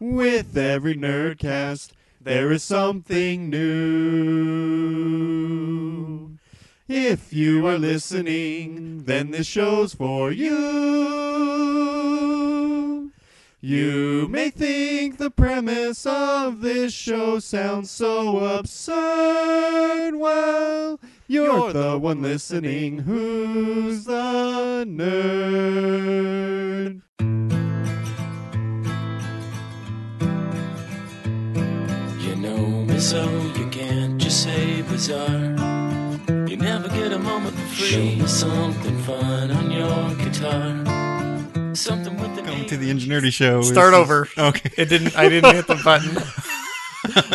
with every nerdcast, there is something new. If you are listening, then this show's for you. You may think the premise of this show sounds so absurd. Well, you're, the one listening who's the nerd. You know me so you can't just say bizarre. You never get a moment for free. Show me something fun on your guitar. Something with the Welcome name to the Ingenuity Show. It's Start just- over. Okay. It didn't. I didn't hit the button.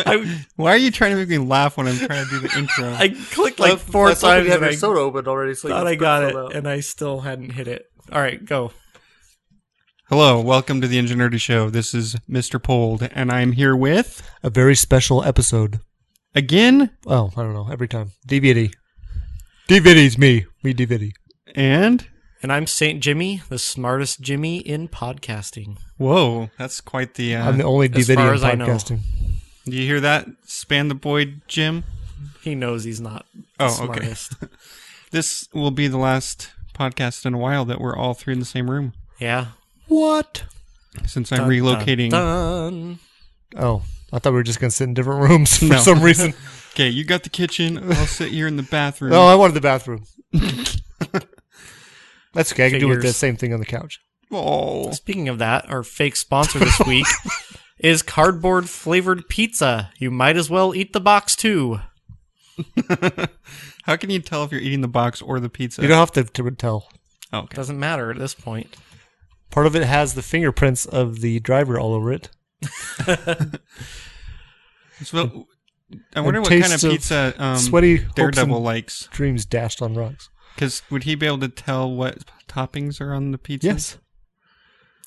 I, Why are you trying to make me laugh when I'm trying to do the intro? I clicked like That's- four that's why times We have and your I soda open already, so you thought can I got fill it, out. and I still hadn't hit it. All right, go. Hello, welcome to the Ingenuity Show. This is Mr. Pold, and I'm here with a very special episode. again Oh, I don't know. Every time DVD, DVD's me, me DVD. and And I'm Saint Jimmy, the smartest Jimmy in podcasting. whoa, that's quite the. Uh, I'm the only As DVD far in as I know. podcasting. do you hear that? Span the Boyd, Jim. He knows he's not the Oh, okay. smartest. This will be the last podcast in a while that we're all three in the same room Yeah. What? since I'm relocating. Dun. Oh, I thought we were just gonna sit in different rooms for No. some reason. Okay, you got the kitchen. I'll sit here in the bathroom. no, I wanted the bathroom. That's okay. I can do with the Figures. same thing on the couch. Oh, Speaking of that, our fake sponsor this week is cardboard flavored pizza. You might as well eat the box too. how can you tell if you're eating the box or the pizza? You don't have to, to tell. oh, okay. Doesn't matter at this point. Part of it has the fingerprints of the driver all over it. So, I wonder And what kind of tastes of pizza um, sweaty hopes Daredevil and- likes. Dreams dashed on rocks. Because would he be able to tell what toppings are on the pizza? Yes,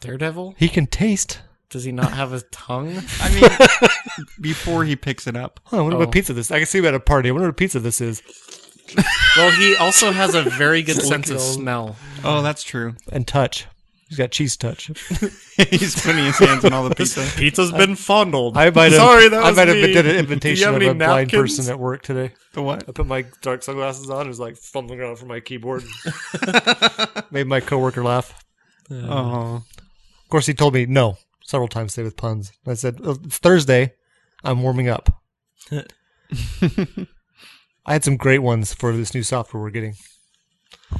Daredevil? he can taste. Does he not have a tongue? I mean, before he picks it up. Oh, I wonder Oh. what pizza this. I can see him at a party. I wonder what pizza this is. Well, he also has a very good sense of smell. Oh, that's true. And touch. He's got cheese touch. He's putting his hands on all the pizza. Pizza's been fondled. I might have. Sorry, that I was might have me. did an Do you invitation have of a any blind napkins? person at work today. The what? I put my dark sunglasses on. and was like fumbling around for my keyboard. Made my coworker laugh. Oh, Of course, he told me no several times today with puns. I said "Oh, it's Thursday. I'm warming up. I had some great ones for this new software we're getting.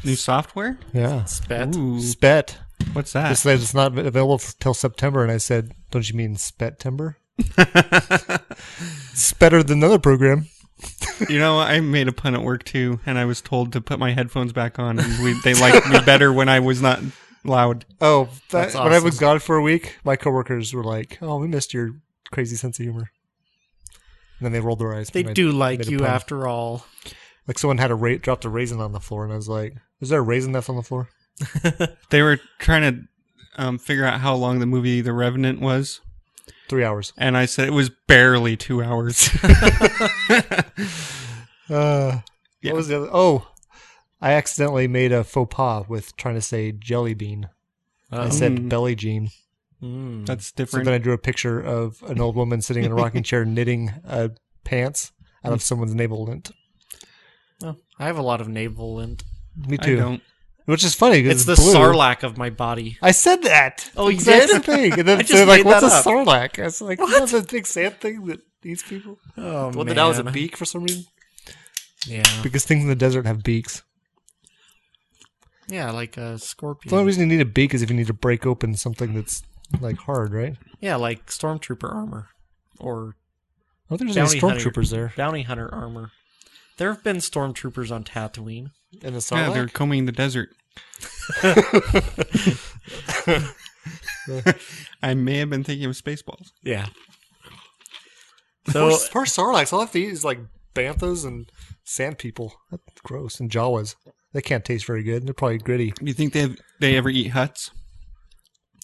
new software? Yeah, Spat. Ooh, Spet. what's It that? said it's not available f- till September, and I said, "Don't you mean September?" it's better than another program. you know, I made a pun at work too, and I was told to put my headphones back on. And we, they liked me better when I was not loud. Oh, that, That's when I awesome. was gone for a week, my coworkers were like, "Oh, we missed your crazy sense of humor." And then they rolled their eyes. They when I do made like a you pun. after all. Like someone had a ra- dropped a raisin on the floor, and I was like, "Is there a raisin that's on the floor?" They were trying to um, figure out how long the movie The Revenant was, Three hours. and I said it was barely two hours. Uh, Yeah. What was the other? Oh, I accidentally made a faux pas with trying to say jelly bean. Oh. I said belly jean. Mm. that's So different. then I drew a picture of an old woman sitting in a rocking chair knitting uh, pants out of someone's navel lint. Oh, I have a lot of navel lint. Me I too. don't. which is funny because It's it's, the blue. sarlacc of my body. I said that. Oh, you Exact did? thing. And then I just they're made like, "What's a that up." sarlacc?" I was like, "You know the big sand thing that eats people." Oh Well, that was a beak for some reason. Yeah, Because things in the desert have beaks. yeah, like a The only scorpion. reason you need a beak is if you need to break open something that's like hard, right? Yeah, like stormtrooper armor or Oh, there's bounty any hunter- stormtroopers there. Bounty hunter armor. There have been stormtroopers on Tatooine. And a Yeah, sarlacc. they're combing the desert. I may have been thinking of Spaceballs. Yeah. Poor, So poor Sarlaccs. All I have to eat is like banthas and sand people. That's gross. And Jawas. They can't taste very good. They're probably gritty. Do you think they have, they ever eat huts?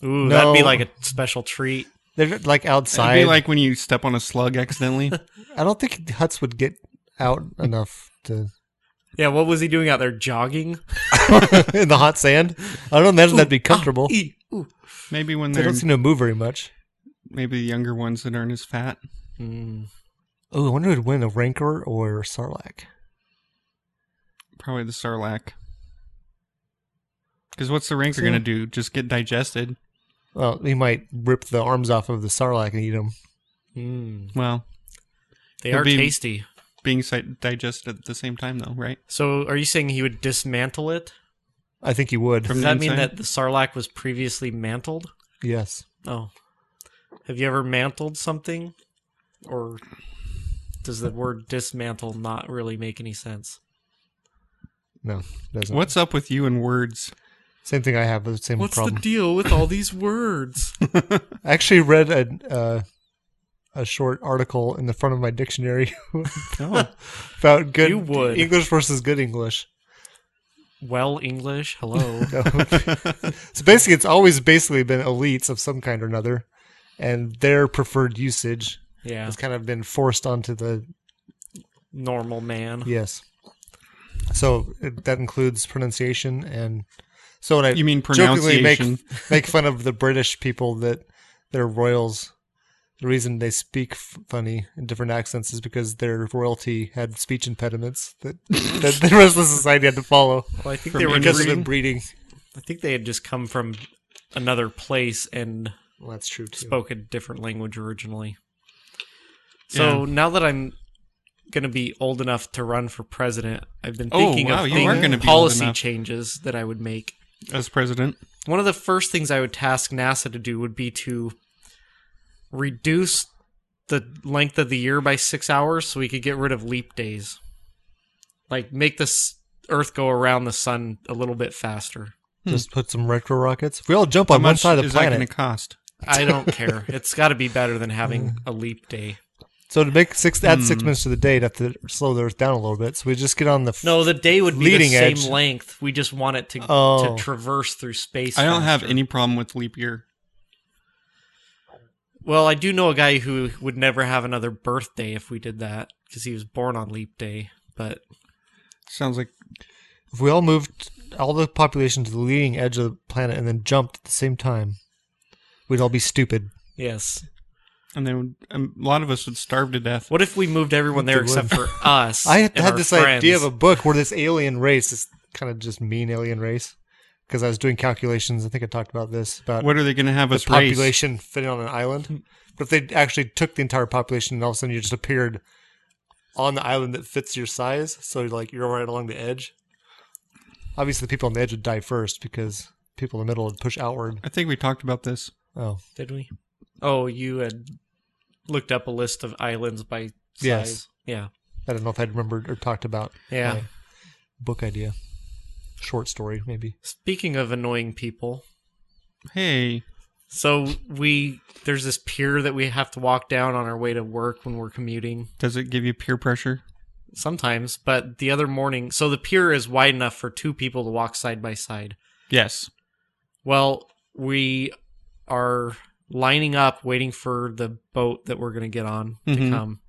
ooh, that'd be No. like a special treat. They're like It'd outside. be like when you step on a slug accidentally. I don't think huts would get out enough to Yeah, what was he doing out there jogging? in the hot sand. I don't imagine that'd be comfortable. Eat. Ooh. maybe when They they're don't seem to move very much. maybe the younger ones that aren't as fat. Oh, I wonder who'd win a rancor or sarlacc. Probably the Sarlacc. Because what's the ranker gonna do? Just get digested? Well, he might rip the arms off of the sarlacc and eat them. Mm. Well, They It'd are be- tasty. being si- digested at the same time though, right? So are you saying he would dismantle it? I think he would. From Does the that mean inside? that the sarlacc was previously mantled? yes. Oh. Have you ever mantled something? Or does the word dismantle not really make any sense? No, doesn't. What's up with you and words? Same thing I have. The same problem. deal with all these words? I actually read a uh, a short article in the front of my dictionary Oh, about good You would. English versus good English. well, English, hello. So basically, it's always basically been elites of some kind or another, and their preferred usage Yeah. has kind of been forced onto the Normal man. yes. So it, that includes pronunciation and so when I You mean jokingly pronunciation. make make fun of the British people that they're royals. The reason they speak f- funny in different accents is because their royalty had speech impediments that, that the rest of the society had to follow Well, I think From they were because just of Inbreeding? inbreeding. I think they had just come from another place and Well, that's true too. spoke a different language originally. So now that I'm going to be old enough to run for president, I've been Oh, thinking wow, of you are thing- gonna be old policy enough. changes that I would make. as president, One of the first things I would task NASA to do would be to reduce the length of the year by six hours so we could get rid of leap days. Like, make this Earth go around the sun a little bit faster. Just put some retro rockets. If we all jump how on one much side of the is that planet, going to cost? I don't care. It's got to be better than having a leap day. so to make six add Hmm. six minutes to the day, you'd have to slow the Earth down a little bit. So we just get on the f- No, the day would be Leading the same edge. length. We just want it to Oh. to traverse through space. I don't have faster. any problem with leap year. Well, I do know a guy who would never have another birthday if we did that because he was born on leap day. But Sounds like If we all moved all the population to the leading edge of the planet and then jumped at the same time, we'd all be stupid. yes, and then um, a lot of us would starve to death. what if we moved everyone there Good except for us? I had, and had our this friends? idea of a book where this alien race, this kind of just mean alien race, because I was doing calculations. I think I talked about this about What are they going to have the us race? population fitting on an Hmm. island. But if they actually took the entire population and all of a sudden you just appeared on the island that fits your size, so like you're right along the edge. Obviously, the people on the edge would die first because people in the middle would push outward. I think we talked about this. Oh, Did we? Oh, you had looked up a list of islands by size. Yes. Yeah. I don't know if I'd remembered or talked about Yeah. my book idea. Short story, maybe. Speaking of annoying people, Hey, so we there's this pier that we have to walk down on our way to work when we're commuting. does it give you peer pressure? sometimes but the other morning so the pier is wide enough for two people to walk side by side Yes. well we are lining up waiting for the boat that we're going to get on to Mhm. come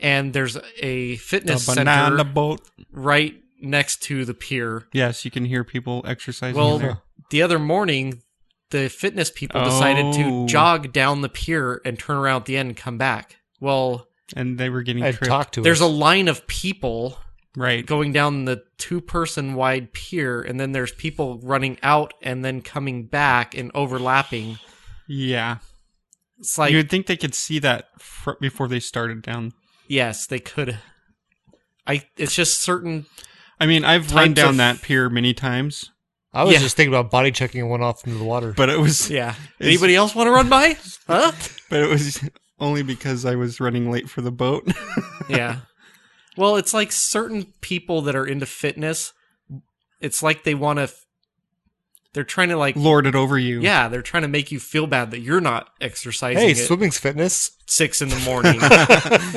and there's a A fitness banana center boat. right next to the pier Yes, you can hear people exercising. in well there. the other morning the fitness people decided to Oh. jog down the pier and turn around at the end and come back well and they were getting I'd tripped. talk to there's a us. line of people Right. going down the two person wide pier and then there's people running out and then coming back and overlapping Yeah. it's like you would think they could see that fr- before they started down. yes they could i it's just certain I mean, I've run Types down of- that pier many times, I was Yeah. just thinking about body checking and one off into the water. but it was yeah Is- anybody else want to run by huh but it was only because I was running late for the boat. yeah well it's like certain people that are into fitness it's like they want to f- they're trying to like Lord it over you. yeah they're trying to make you feel bad that you're not exercising hey, at swimming's fitness. six in the morning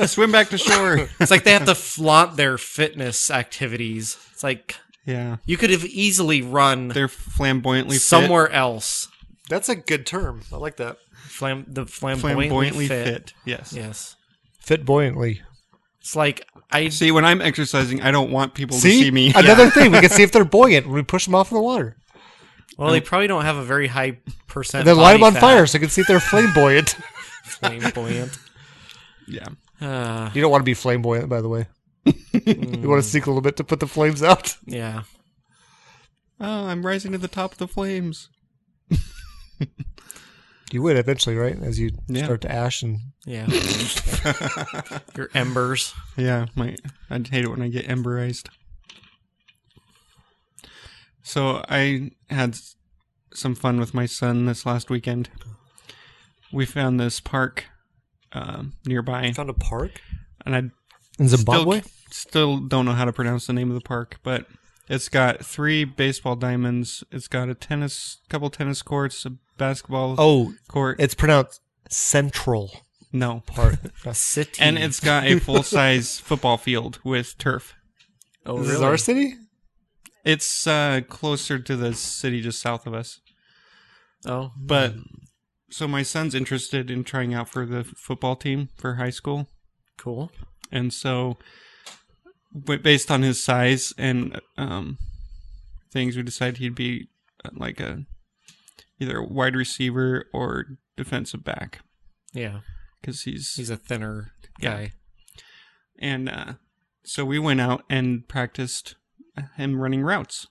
Swim back to shore. It's like they have to flaunt their fitness activities. It's like yeah. you could have easily run They're flamboyantly fit. somewhere else. That's a good term. I like that. Flam- the flamboyantly, flamboyantly fit. fit. Yes. Yes. Fit buoyantly. It's like I See, when I'm exercising, I don't want people to see me. Another thing, we can see if they're buoyant when we push them off in the water. well they probably don't have a very high percent. And then light body them on fat. fire so we can see if they're flamboyant. Flamboyant. yeah. Uh, You don't want to be flamboyant, by the way. you want to sneak a little bit to put the flames out. yeah. Oh, I'm rising to the top of the flames. You would eventually, right? As you Yeah. start to ash and Yeah. Your embers. Yeah, my I hate it when I get emberized. So I had s- some fun with my son this last weekend. We found this park um, nearby, found a park and I in Zimbabwe. Still, still don't know how to pronounce the name of the park, but it's got three baseball diamonds. It's got a tennis, couple tennis courts, a basketball oh, court. it's pronounced Central no, Park. City. and it's got a full size football field with turf. oh, This really? is our city. It's uh, closer to the city just south of us. oh. But so my son's interested in trying out for the f- football team for high school. Cool. and so but based on his size and um, things we decided he'd be uh, like a either a wide receiver or defensive back Yeah. because he's, He's a thinner guy. and uh, so we went out and practiced him running routes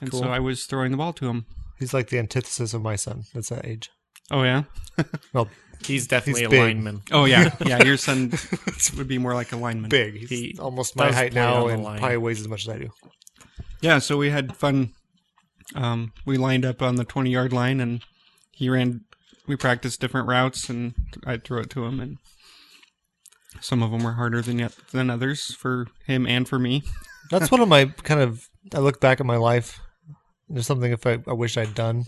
and so Cool. i was throwing the ball to him He's like the antithesis of my son. That's that age. oh yeah Well, He's definitely He's a big. lineman. oh yeah yeah your son would be more like a lineman big. He's He almost my does height play on now the and line. probably weighs as much as I do. Yeah, so we had fun. Um, we lined up on the 20 yard line and he ran, we practiced different routes and I threw it to him. And some of them were harder than, yet- than others for him and for me. That's one of my kind of. I look back at my life. There's something if I, I wish I'd done,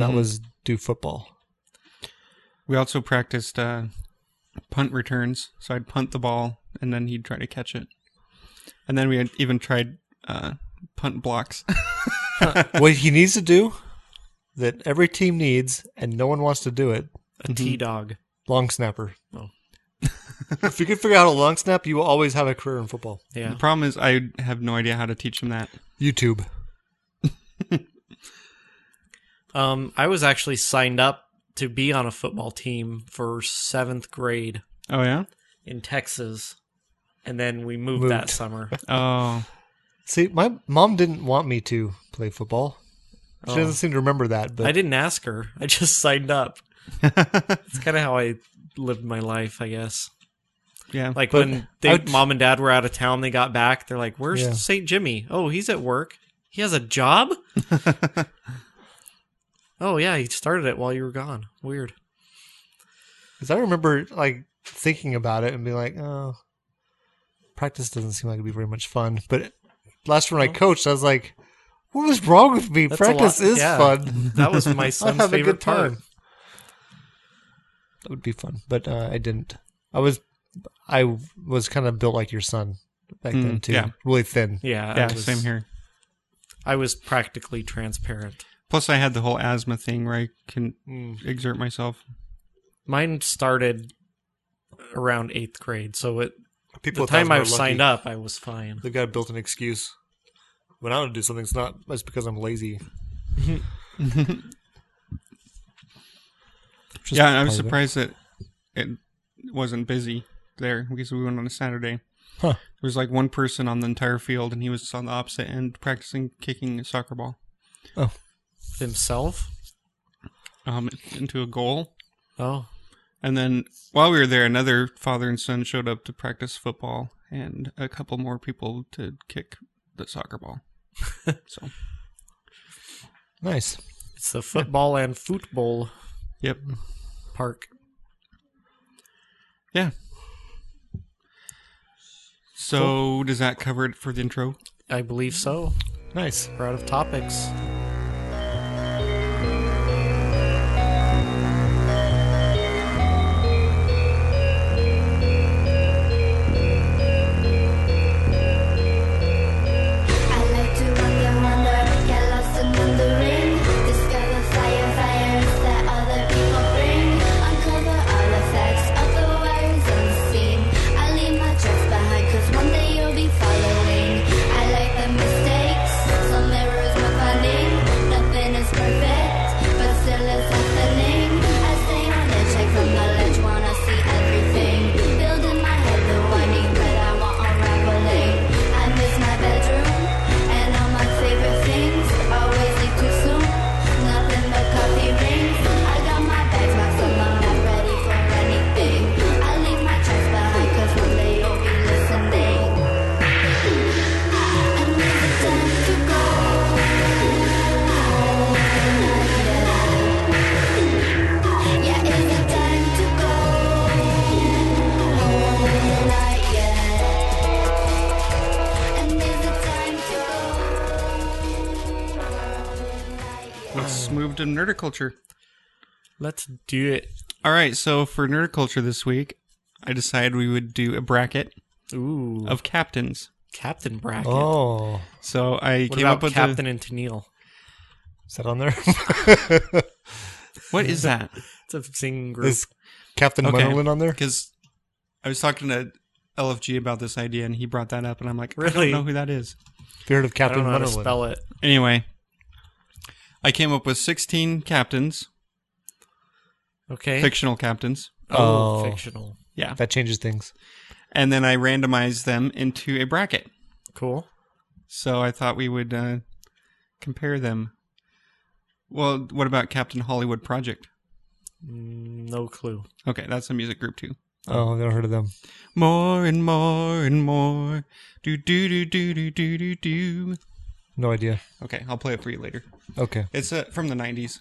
Mm-hmm. that was do football. We also practiced uh, punt returns. So I'd punt the ball and then he'd try to catch it. And then we had even tried uh, punt blocks. what he needs to do that every team needs, and no one wants to do it. A T dog. Long snapper. Oh. if you can figure out a long snap, you will always have a career in football. Yeah. The problem is, I have no idea how to teach him that. YouTube. Um, I was actually signed up to be on a football team for seventh grade Oh, yeah? in Texas, and then we moved, Moved. that summer. Oh, See, my mom didn't want me to play football. She Oh. doesn't seem to remember that, but I didn't ask her; I just signed up. it's kind of how I lived my life, I guess. yeah. Like But when they, I would- mom and dad were out of town, they got back. They're like, "Where's Yeah. Saint Jimmy? Oh, he's at work. He has a job. oh yeah, he started it while you were gone. Weird. because I remember like thinking about it and being like, oh, practice doesn't seem like it'd be very much fun. But last time when I coached, I was like, what was wrong with me? That's a practice lot- is yeah. fun. That was my I'll son's have a favorite good time. part. That would be fun, but uh, I didn't. I was, I was kind of built like your son back Hmm. then Mm, too. yeah. really thin. Yeah, I Yeah, was- same here. I was practically transparent. Plus, I had the whole asthma thing where I can exert myself. Mine started around eighth grade, so it, People the time I was signed up, I was fine. they've got a built-in excuse. When I want to do something, it's not it's because I'm lazy. Which is yeah, I was part of it. surprised that it wasn't busy there because we went on a Saturday. Huh. There was like one person on the entire field, and he was on the opposite end practicing kicking a soccer ball Himself? um, into a goal. Oh. And then while we were there, another father and son showed up to practice football, and a couple more people to kick the soccer ball. so, Nice. It's the football and football yep, park. yeah. So, does that cover it for the intro? I believe so. Nice. We're out of topics. I like to walk and wander, get lost and wandering. Discover fire, fires that other people bring. Uncover artifacts, otherwise unseen. I leave my tracks behind, 'cause one day you'll be following. I like the mistakes, some errors my finding. Nothing is perfect, but still it's happening. I stay on edge, like from the ledge, wanna see everything. Building my head, the winding but I want unraveling. I miss my bedroom and all my favorite things. Always leave too soon. Nothing but coffee rings. I got my bags packed, so I'm not ready for anything. I leave my tracks behind, 'cause one day you'll be listening. I need the time to go. Yeah, it's the time to go. Not yet. And it's the time to go. Let's move to nerdiculture. Let's do it. All right, so for nerdiculture this week, I decided we would do a bracket Ooh. of captains. Captain Bracket. Oh, So I what came about up with Captain the, and Tennille? is that on there? what is that? It's a singing group. is Captain Okay. Munderland on there? Because I was talking to LFG about this idea, and he brought that up, and I'm like, I Really? don't know who that is. Beard of I Captain don't know how to Munderland. spell it. Anyway, I came up with 16 captains, Okay. fictional captains. oh, Oh. fictional. Yeah. That changes things. And then I randomized them into a bracket. Cool. So I thought we would uh, compare them. Well, what about Captain Hollywood Project? No clue. Okay, that's a music group too. Oh, I've never heard of them. More and more and more. Do, do, do, do, do, do, do, do. No idea. Okay, I'll play it for you later. Okay. It's uh, from the 90s.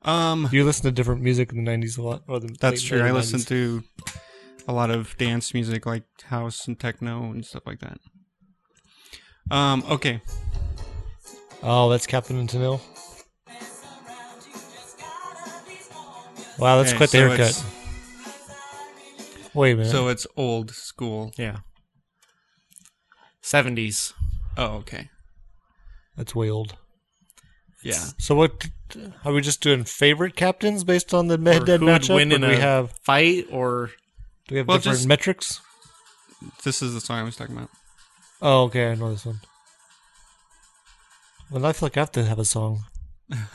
Um, You listen to different music in the '90s a lot. Or the That's late- true. later I listen 90s. to a lot of dance music, like house and techno and stuff like that. Um. Okay. Oh, that's Captain and Tennille. Wow, that's Okay, quite the so haircut. Wait a minute. It's, so it's old school. Yeah. 70s. Oh, okay. that's way old. Yeah. So what? Are we just doing favorite captains based on the head Or dead who would matchup? win Or in do we a have fight or do we have Well, different just- metrics? This is the song I was talking about. Oh, okay, I know this one. Well, I feel like I have to have a song.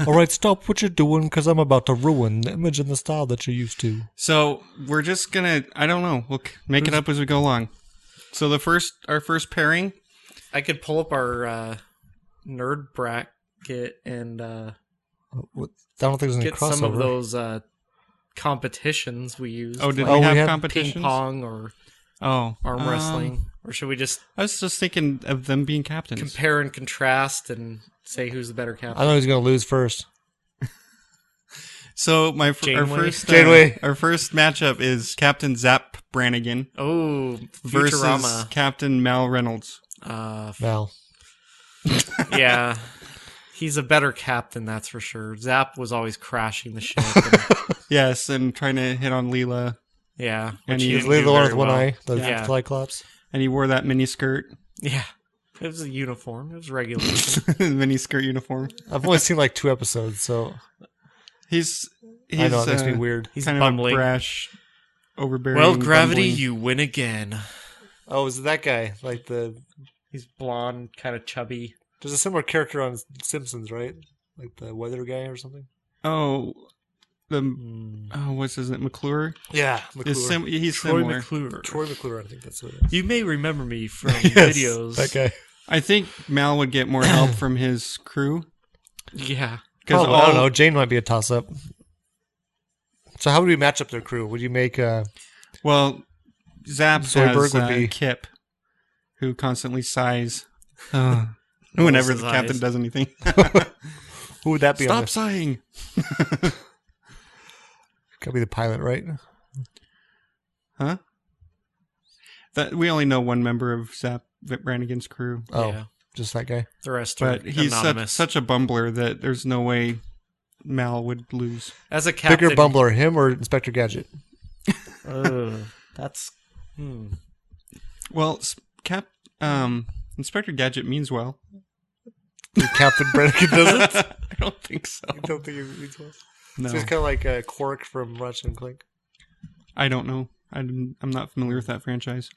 All right, stop what you're doing, because I'm about to ruin the image and the style that you're used to. So we're just gonna. I don't know. We'll c- make it up as we go along. So the first, our first pairing. I could pull up our uh, nerd bracket and uh, What- I don't think there's any get crossover. some of those uh, competitions we use. Oh, did Oh, we we have had competitions? ping pong or Oh, arm um, wrestling? Or should we just I was just thinking of them being captains. compare and contrast and say who's the better I captain? know he's gonna lose first. so my fir- our Janeway? first uh, Janeway. our first matchup is Captain Zap Brannigan Oh, versus Futurama. Captain Mal Reynolds. Uh, Val. yeah. He's a better captain, that's for sure. Zap was always crashing the ship. and- Yes, and trying to hit on Leela, yeah. and which he He's didn't literally the do one very with one well. eye, the Yeah. Cyclops. And he wore that mini skirt, Yeah. It was a uniform. It was regular. mini skirt uniform. I've only seen like two episodes, so He's, he's I know it makes me uh, weird. He's kind bumbling. of a brash, overbearing. well, gravity, bumbling- you win again. Oh, is it that guy? Like the He's blonde, kind of chubby. there's a similar character on Simpsons, right? Like the weather guy or something. Oh, the Hmm. oh, what's his name? McClure. Yeah, McClure. Is sim- he's Troy similar. McClure. Troy McClure, I think that's what it is. You may remember me from Yes, videos. That guy. I think Mal would get more help from his crew Yeah. because Probably, I don't know. Jane might be a toss up. So how would we match up their crew? Would you make uh well, Zaps Zoidberg has would uh, be- Kip, who constantly sighs whenever the sighs. captain does anything. who would that be Stop on this? sighing. Gotta be the pilot, right? Huh? That we only know one member of Zap Brannigan's crew, Oh. Yeah. Just that guy. The rest are but he's such, Uh, anonymous. such a bumbler that there's no way Mal would lose. As a captain, Bigger bumbler, him or Inspector Gadget? Ugh, that's hmm. Well, s- Cap um, Inspector Gadget means well. Captain Brennigan does it. I don't think so. I don't think it means well. No, So he's kind of like a Quark from Ratchet and Clank. I don't know. I didn't, I'm not familiar with that franchise.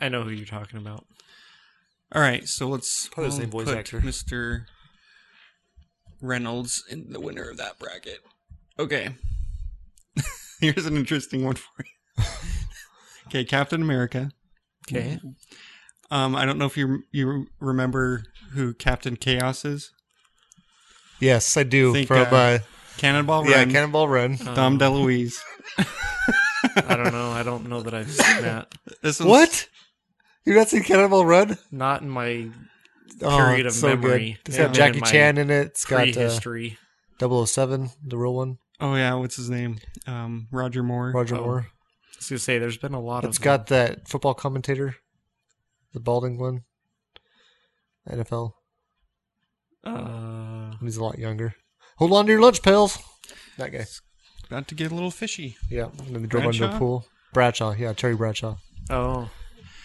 I know who you're talking about. All right, so let's Probably the same we'll voice put actor. Mr. Reynolds in the winner of that bracket. Okay, here's an interesting one for you. okay, Captain America. Okay. Um, I don't know if you you remember who Captain Chaos is. Yes, I do. Think, from uh, uh, Cannonball yeah, Run. Cannonball Run. Dom DeLuise. I don't know. I don't know that I've seen that. This one's- what? You've not seen Cannonball Run? Not in my Oh, Period it's of so memory. Good. It's Yeah. got Jackie In my Chan in it. It's got uh, prehistory. 007, the real one. Oh yeah, what's his name? Um, Roger Moore. Roger Oh. Moore. I was gonna say there's been a lot It's of got that football commentator, the balding one. NFL. Uh, He's a lot younger. Hold on to your lunch, pals. That guy. About to get a little fishy. Yeah. And then they drove under Bradshaw? the pool. Bradshaw. Yeah, Terry Bradshaw. oh,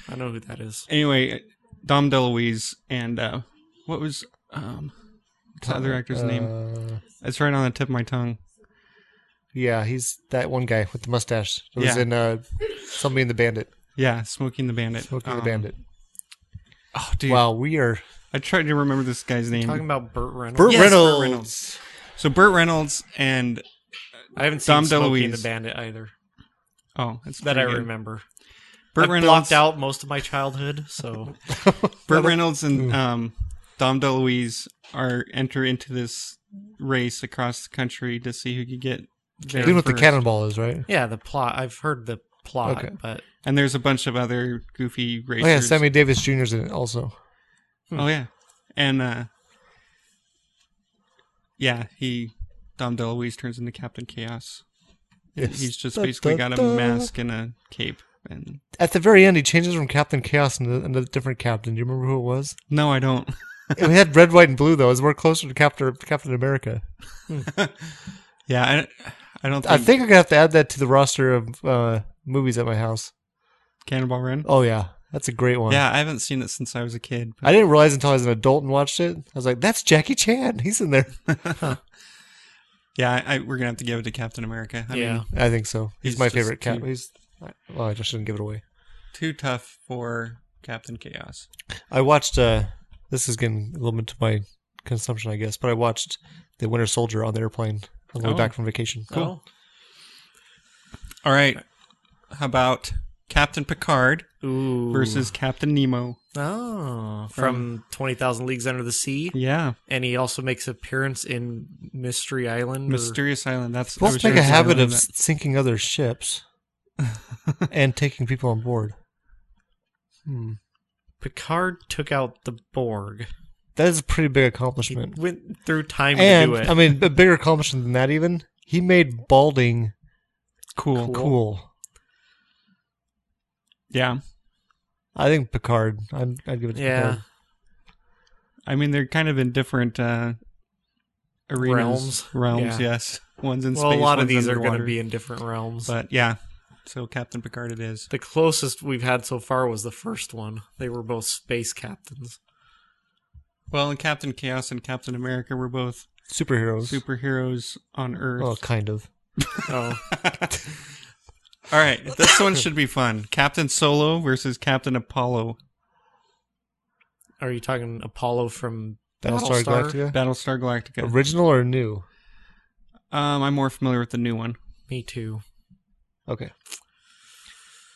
I know who that is. Anyway, Dom DeLuise and uh, what was um, what's the other actor's name? Uh, It's right on the tip of my tongue. yeah, he's that one guy with the mustache. It was Yeah. in uh, Somebody in the Bandit. Yeah, Smoking the Bandit. Smokey Um, and the Bandit. Oh, dude. Wow, we are. I tried to remember this guy's name. Talking about Burt Reynolds. Burt Yes, Mm. Burt Reynolds. Reynolds. So Burt Reynolds and I haven't seen Dom Smokey and DeLuise. the Bandit either. oh, that's That I pretty good. remember. Burt I Reynolds. blocked out most of my childhood, so Burt Reynolds Mm. and um, Dom DeLuise are enter into this race across the country to see who can get. there Dude with the first. cannonball is, right? yeah, the plot. I've heard the plot, Okay. but And there's a bunch of other goofy racers. Oh, yeah, Sammy Davis Jr.'s in it also. Oh yeah, and uh, yeah, he Dom DeLuise turns into Captain Chaos. Yes. He's just Da, basically da, got a da. mask and a cape. And At the very end, he changes from Captain Chaos into another different captain. Do you remember who it was? no, I don't. we had red, white, and blue, though. It was more closer to Captain, Captain America. Yeah, I, I don't. Think I think I'm going to have to add that to the roster of uh, movies at my house. Cannonball Run. Oh, yeah. That's a great one. Yeah, I haven't seen it since I was a kid. I didn't realize until I was an adult and watched it. I was like, that's Jackie Chan. He's in there. Yeah, I, I, we're gonna have to give it to Captain America. I yeah, mean, I think so. He's, He's my just favorite cap. cute. He's. Well, I just shouldn't give it away. too tough for Captain Chaos. I watched. uh This is getting a little bit to my consumption, I guess. But I watched the Winter Soldier on the airplane on the Oh. way back from vacation. cool. All right, how about Captain Picard Ooh. versus Captain Nemo? oh, from Twenty Thousand Leagues Under the Sea, Yeah, and he also makes appearance in Mystery Island. or- Mysterious Island. That's I Let's was make sure a it's habit Island of that- s sinking other ships and taking people on board. Picard took out the Borg. That is a pretty big He accomplishment. went through time And to do it. I mean, a bigger accomplishment than that, even he made balding cool. cool. Yeah. I think Picard. I'd, I'd give it to yeah, Picard. I mean, they're kind of in different uh, arenas. Realms. Realms, Yeah. yes. One's in well, space. a lot of one's these are going to underwater. be in different realms. But yeah. So Captain Picard it is. the closest we've had so far was the first one. They were both space captains. Well, and Captain Chaos and Captain America were both Superheroes. superheroes on Earth. Well, kind of. Oh, All right. This one should be fun. Captain Solo versus Captain Apollo. are you talking Apollo from Battlestar Battlestar? Galactica. Battlestar Galactica. Original or new? Um, I'm more familiar with the new one. Me too. Okay. Mm.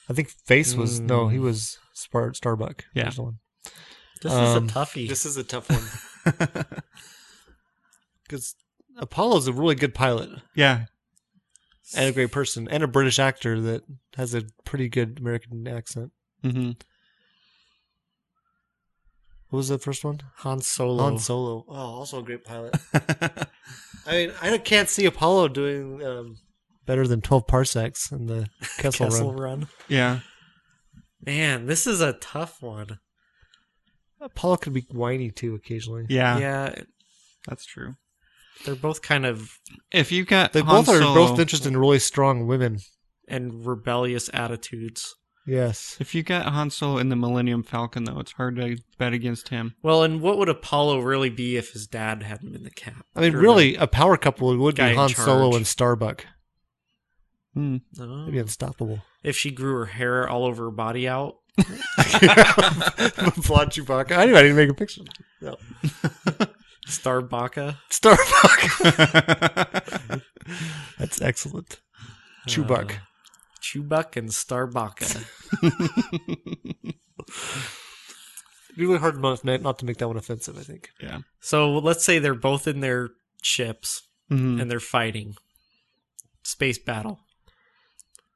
I think Face was no, he was Spar- Starbuck. Yeah. original one. This Um, is a toughie. This is a tough one. Because Apollo's a really good pilot Yeah, and a great person and a British actor that has a pretty good American accent. hmm What was the first one? Han Solo. Han Solo. Oh, also a great pilot. I mean, I can't see Apollo doing um, better than 12 parsecs in the Kessel, Kessel run. Run. yeah. Man, this is a tough one. Apollo could be whiny too occasionally. yeah, yeah, That's true. they're both kind of If you've got They Han both are Solo- both interested in really strong women. and rebellious attitudes. Yes. If you got Han Solo in the Millennium Falcon, though, it's hard to bet against him. Well, and what would Apollo really be if his dad hadn't been the cap? I mean, Or really, a power couple would be Guy in Han Solo charge. and Starbuck. Hmm. the- no. They'd be unstoppable. if she grew her hair all over her body out. Blonde Chewbacca. I knew I didn't make a picture. No. Starbucka. Starbuck. That's excellent. Uh, Chewbuck. Chewbuck and Starbucka. really hard not not to make that one offensive, I think. Yeah. so let's say they're both in their ships Mm-hmm. Mhm. and they're fighting. Space battle.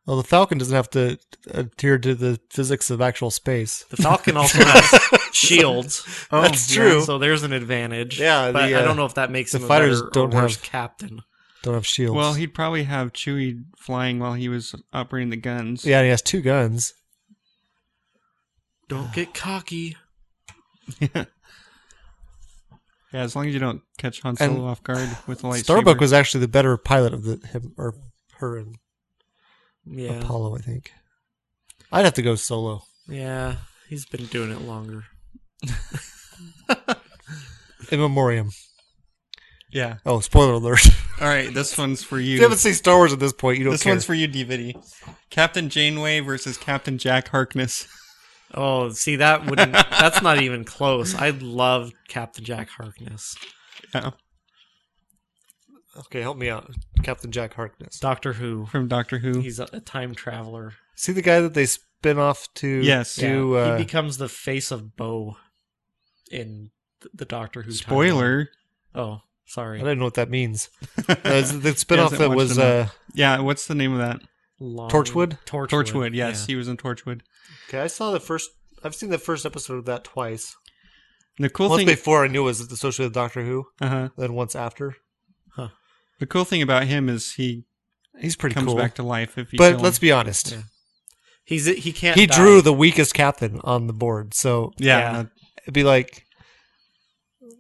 Well, the Falcon doesn't have to adhere to the physics of actual space. The Falcon also has shields. Oh, That's true. So there's an advantage. Yeah, but the, I uh, don't know if that makes the him a fighters better or don't worse have- captain. Don't have shields. Well, he'd probably have Chewie flying while he was operating the guns. yeah, and he has two guns. Don't get cocky. Yeah, as long as you don't catch Han And Solo off guard with a lightsaber. Starbuck was actually the better pilot of the him or her and Yeah. Apollo, I think. I'd have to go solo. Yeah. He's been doing it longer. In memoriam. Yeah. Oh, spoiler alert. All right, this one's for you. if you haven't seen Star Wars at this point, you don't this care. one's for you, DVD. Captain Janeway versus Captain Jack Harkness. Oh, see that wouldn't that's not even close. I love Captain Jack Harkness. Yeah, okay, help me out. Captain Jack Harkness. Doctor Who. from Doctor Who. He's a, a time traveler. See the guy that they spin off to Yes. do Yeah. uh, he becomes the face of Bo in th- the Doctor Who. timeline. Spoiler. Oh, I sorry. don't know what that means. Uh, it's the spin off He hasn't that watched was uh, enough. Yeah, what's the name of that? Long- Torchwood? Torchwood. Torchwood. Yes, yeah. he was in Torchwood. Okay, I saw the first I've seen the first episode of that twice. The cool once thing. before I knew it was associated with Doctor Who, uh-huh. then once after. The cool thing about him is he He's pretty comes cool. back to life if you. but kill let's him. be honest. He's he can't. He die. drew the weakest captain on the board, so Yeah. Yeah. it'd be like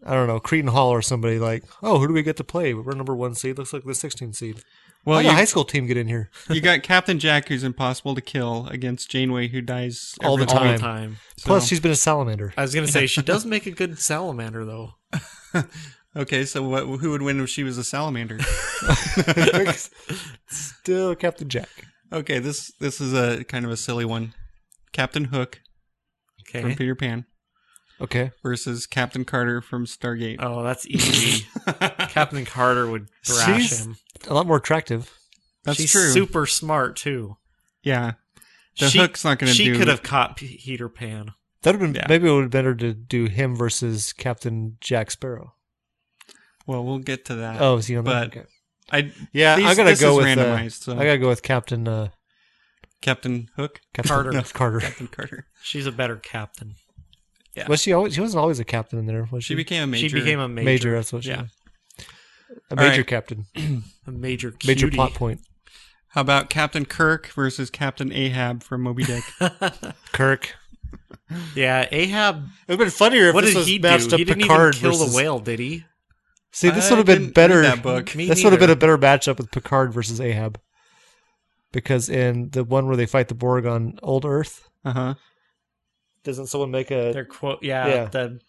I don't know, Creighton Hall or somebody like, oh, who do we get to play? We're number one seed. Looks like the 16 seed. Well, How did a high you, school team get in here? you got Captain Jack, who's impossible to kill, against Janeway, who dies All the every- all the time. time. Plus, she's been a salamander. I was gonna say she does make a good salamander though. Okay, so what, who would win if she was a salamander? Still Captain Jack. okay, this this is a kind of a silly one. Captain Hook from Okay. Peter Pan Okay. versus Captain Carter from Stargate. Oh, that's easy. Captain Carter would thrash She's- him. A lot more attractive. That's She's true. super smart too. yeah, The hook's not gonna She do- could have caught P- Peter Pan. That would have been Yeah. maybe it would have been better to do him versus Captain Jack Sparrow. well, we'll get to that. Oh, is he on but that? Okay. I Yeah, these- I gotta this go is with uh, randomized. so I gotta go with Captain uh, Captain Hook, Captain Carter. no, Carter. Captain Carter. She's a better captain. Yeah. Was she always? She wasn't always a captain in there. Was she, She became a major. She became a major. major. That's what she. Yeah. was. A All major right. captain. A major cutie. Major plot point. How about Captain Kirk versus Captain Ahab from Moby Dick? Kirk. Yeah, Ahab. It would have been funnier if What this did was he do? matched up He didn't Picard even kill versus. the whale, did he? See, this I would have been didn't read better. that book. Me this would have been a neither. better matchup with Picard versus Ahab. Because in the one where they fight the Borg on Old Earth, Uh huh. doesn't someone make a Their quote. Yeah, Yeah. the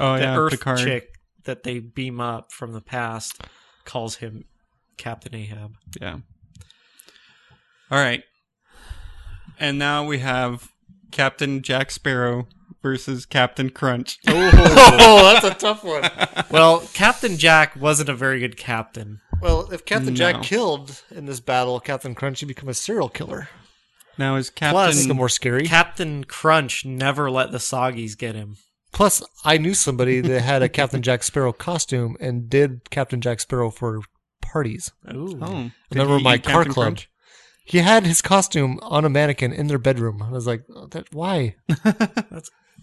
Oh the yeah, Earth Picard. chick that they beam up from the past calls him Captain Ahab. Yeah. All right. And now we have Captain Jack Sparrow versus Captain Crunch. oh, that's a tough one. Well, Captain Jack wasn't a very good captain. Well, if Captain No. Jack killed in this battle, Captain Crunch, you become a serial killer. Now is Plus, that's the Captain more scary. Captain Crunch never let the Soggies get him. Plus, I knew somebody that had a Captain Jack Sparrow costume and did Captain Jack Sparrow for parties. Ooh. Oh, did Remember he my eat car Captain club? Crunch? He had his costume on a mannequin in their bedroom. I was like, oh, that, why?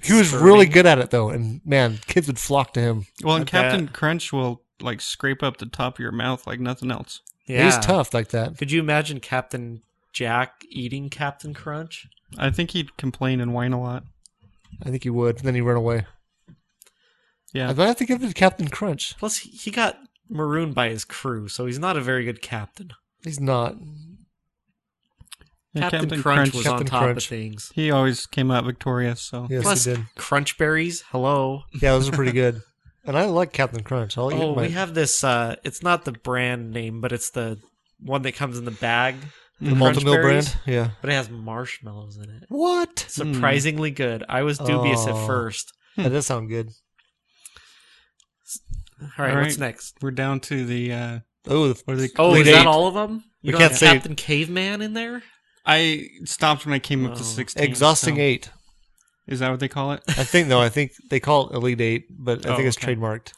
he was really good at it though, and man, kids would flock to him. Well, and I bet. Captain Crunch will like scrape up the top of your mouth like nothing else. Yeah. He's tough like that. Could you imagine Captain Jack eating Captain Crunch? I think he'd complain and whine a lot. I think he would. And then he ran away. Yeah. I might have to give it to Captain Crunch. Plus, he- he got marooned by his crew, so he's not a very good captain. He's not. Yeah, Captain, Crunch, was on Captain top Crunch. of things. He always came out victorious, so Yes, Plus, he did. Crunchberries. Hello. Yeah, those are pretty good. And I like Captain Crunch. I'll eat Oh, my. we have this. Uh, it's not the brand name, but it's the one that comes in the bag. the Malta Mill Crunchberries, brand. Yeah. But it has marshmallows in it. What? Surprisingly good. I was dubious Oh. at first. That does sound good. All right, All what's right. next? we're down to the. Uh, Oh, what are they? Oh, Elite is that Eight. all of them? You We don't can't have say- Captain Caveman in there? I stopped when I came up Oh. to sixteen. exhausting so- eight. Is that what they call it? I think no. I think they call it Elite Eight, but I Oh, think it's okay. trademarked.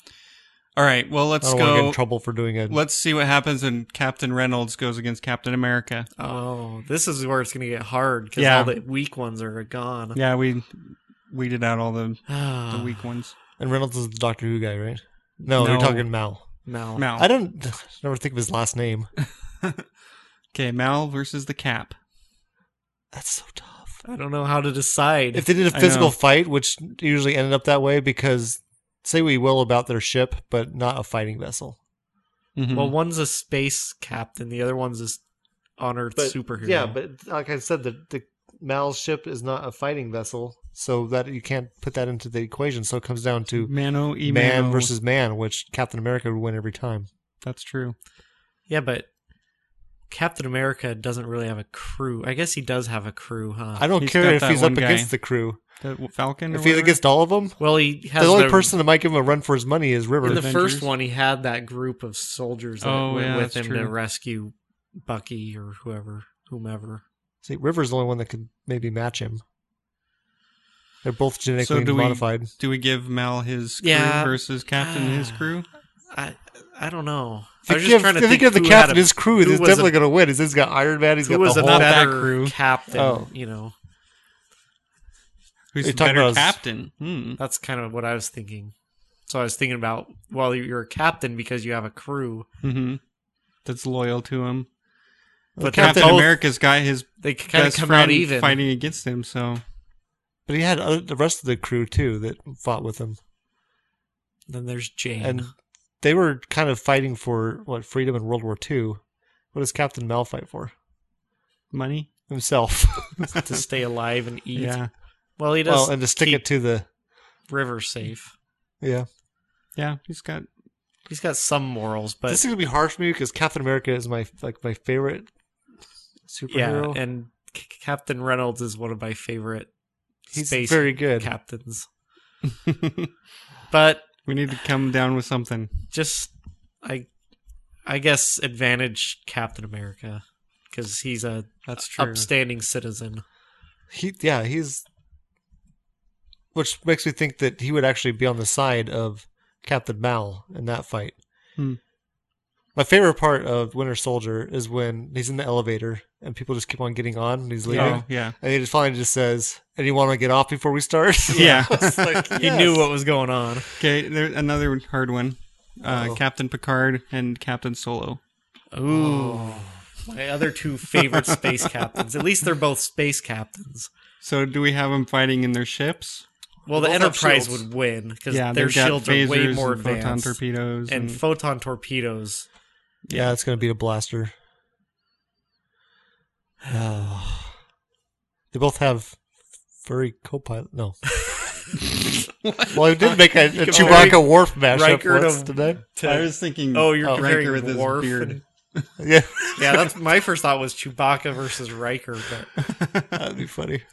All right. Well, I let's don't want to get in go. trouble for doing it. Let's see what happens when Captain Reynolds goes against Captain America. Oh, this is where it's going to get hard because Yeah. all the weak ones are gone. Yeah, we weeded out all the, the Ah, weak ones. And Reynolds is the Doctor Who guy, right? No, you're No. talking Mal. Mal. Mal. I don't never think of his last name. Okay, Mal versus the Cap. That's so tough. I don't know how to decide. If they did a I physical know. fight, which usually ended up that way, because say we will about their ship, but not a fighting vessel. Mhm. well, one's a space captain, the other one's this on Earth superhero. Yeah, but like I said, the, the Mal's ship is not a fighting vessel, so that you can't put that into the equation. So it comes down to Mano e man mano. versus man, which Captain America would win every time. That's true. yeah, but Captain America doesn't really have a crew. I guess he does have a crew, huh? I don't Uh, He's care got if that he's one up guy. against the crew. The Falcon. Or If he's whatever? against all of them, well, he has the only the- person that might give him a run for his money is in Rivers. the Avengers. first one. He had that group of soldiers that Oh, went yeah, with him that's to true. rescue Bucky or whoever, whomever. See, Rivers the only one that could maybe match him. They're both so genetically do we modified. do we give Mal his crew Yeah. Ah. versus Captain his crew? I I don't know. I If was just you give, trying to if you think give the who had captain a- his crew, who he's was a- definitely going to win. He's, he's got Iron Man. He's who got was the a whole. that better crew. captain. Oh. You know, Who's You're the talking better about- captain? Hmm. that's kind of what I was thinking. So I was thinking about well, you're a captain because you have a crew. hmm That's loyal to him. But they're Captain both- America's got his They kind of best come friend out even. fighting against him. So But he had other, the rest of the crew too that fought with him, Then there's Jane. and they were kind of fighting for what freedom in World War II. What does Captain Mal fight for? money. Himself. to stay alive and eat. Yeah, Well, he does well, and to stick keep it to the River safe. yeah. yeah. He's got He's got some morals, but this is gonna be hard for me because Captain America is my like my favorite yeah, superhero. and C- Captain Reynolds is one of my favorite he's space very good. captains. but We need to come down with something. just I I guess advantage Captain America because he's a That's true. upstanding citizen. He yeah, he's which makes me think that he would actually be on the side of Captain Mal in that fight. Hmm. My favorite part of Winter Soldier is when he's in the elevator and people just keep on getting on and he's leaving. Oh, yeah. And he just finally just says, And you want to get off before we start? Yeah. It's like, He yes. knew what was going on. Okay, there's another hard one. Uh, Uh-oh. Captain Picard and Captain Solo. Ooh. Oh, My other two favorite space captains. At least they're both space captains. So do we have them fighting in their ships? Well, the both have Enterprise shields. would win because yeah, their they've got shields are way phasers more and photon advanced. torpedoes and photon torpedoes. Yeah, it's gonna be a blaster. they both have furry co-pilot. No. well, I did make a, a Chewbacca Worf mashup Riker once, to- did I? I was thinking. Oh, you're Oh, comparing Riker with his Worf beard. and- Yeah, yeah, that's my first thought was Chewbacca versus Riker, but that'd be funny.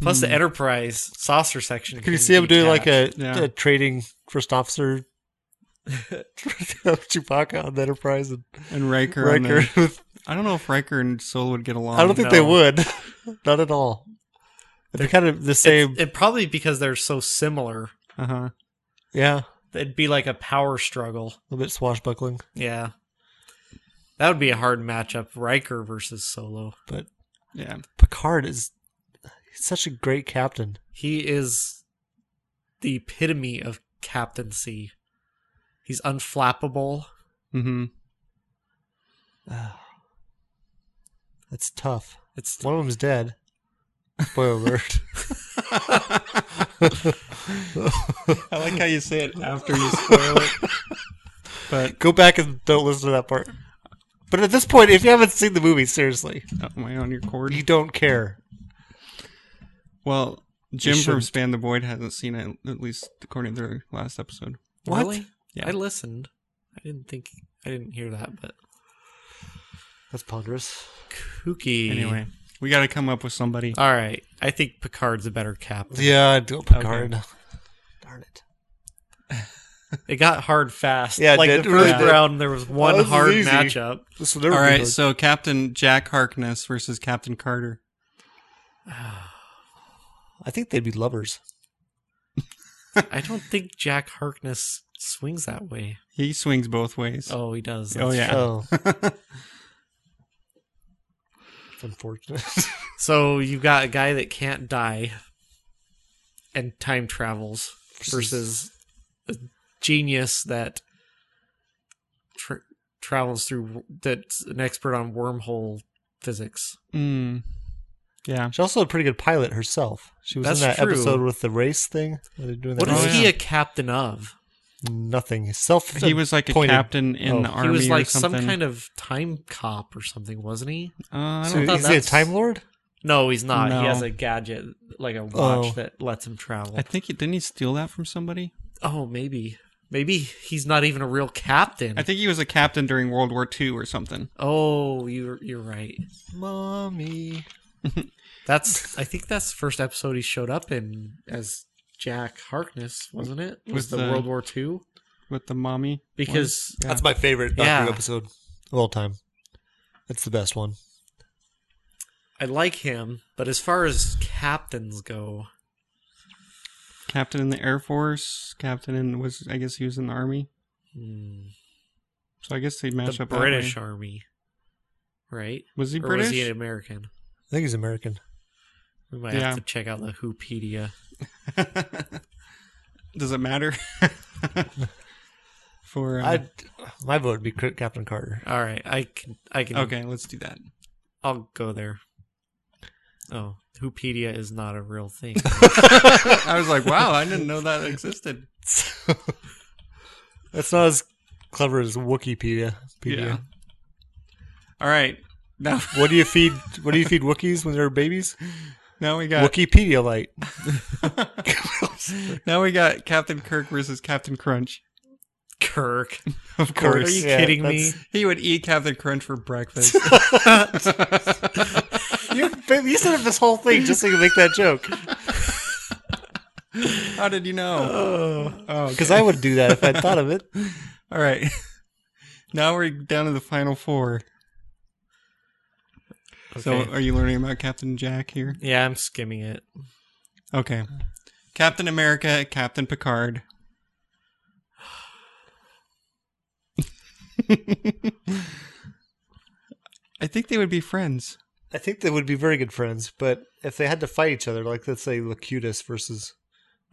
plus Hmm. the Enterprise saucer section. Could you see him doing like a, Yeah. a trading first officer Chewbacca on the Enterprise and and Riker. on Riker. the- I don't know if Riker and Solo would get along. I don't think they no. would. Not at all. They're kind of the same. It, it probably because they're so similar. Uh huh. yeah, It'd be like a power struggle. a little bit swashbuckling, Yeah. That would be a hard matchup, Riker versus Solo. but Yeah. Picard is he's such a great captain. He is the epitome of captaincy. He's unflappable. Mm-hmm. That's tough. It's One of them's dead. Spoiler alert. I like how you say it after you spoil it. But Go back and don't listen to that part. But at this point, if you haven't seen the movie, seriously, oh, am I on your cord? you don't care. Well, Jim from shouldn't. Span the Void hasn't seen it, at least according to their last episode. What? really? Yeah. I listened. I didn't think I didn't hear that, but That's ponderous. kooky. Anyway, we got to come up with somebody. All right. I think Picard's a better captain. Yeah, I do Picard. Darn it. It got hard fast. Yeah, it like did. the It really first did. round, there was one this is hard easy. matchup. This will All never be right, good. so Captain Jack Harkness versus Captain Carter. I think they'd be lovers. I don't think Jack Harkness swings that way. He swings both ways. Oh, he does. Oh, yeah. Oh. It's unfortunate. So you've got a guy that can't die and time travels versus a genius that tra- travels through that's an expert on wormhole physics. Mm. Yeah. She's also a pretty good pilot herself. She was That's in that true. episode with the race thing. What are they doing What that is Oh, race? he yeah. a captain of? Nothing. Self. He was like a pointed- captain in Oh. the He army he was like or something. some kind of time cop or something, wasn't he? Uh, I So don't is thought he a that's- time lord? No, he's not. No. He has a gadget like a watch Oh. that lets him travel. I think he didn't he steal that from somebody. oh, maybe. Maybe he's not even a real captain. I think he was a captain during World War II or something. oh, you're you're right. Mommy. That's I think that's the first episode he showed up in as Jack Harkness, wasn't it? Was With the, the- World War II? with the mommy Because Yeah. That's my favorite Doctor Yeah. Who episode of all time. That's the best one. I like him, but as far as captains go, captain in the air force captain in was i guess he was in the army hmm, so i guess they the match up that British way. Army, right? was he Or was british he an American? I think he's American. We might Yeah. have to check out the Whopedia. does it matter for uh, I'd, my vote would be Cri- Captain Carter. All right, I can I can okay let's do that I'll go there. Oh, Whopedia is not a real thing. i was like wow i didn't know that existed That's not as clever as Wikipedia. yeah Pedia. all right now What do you feed? What do you feed Wookiees when they're babies? now we got Wikipedia light. now we got captain kirk versus captain crunch Kirk, of Kirk. are you Yeah, kidding me? that's- he would eat captain crunch for breakfast You, you set up this whole thing just so you could make that joke. how did you know Because I would do that if I thought of it. all right now we're down to the final four So, Okay. are you learning about Captain Jack here? yeah, I'm skimming it. Okay. Captain America, Captain Picard. I think they would be friends. I think they would be very good friends, but if they had to fight each other, like let's say Locutus versus.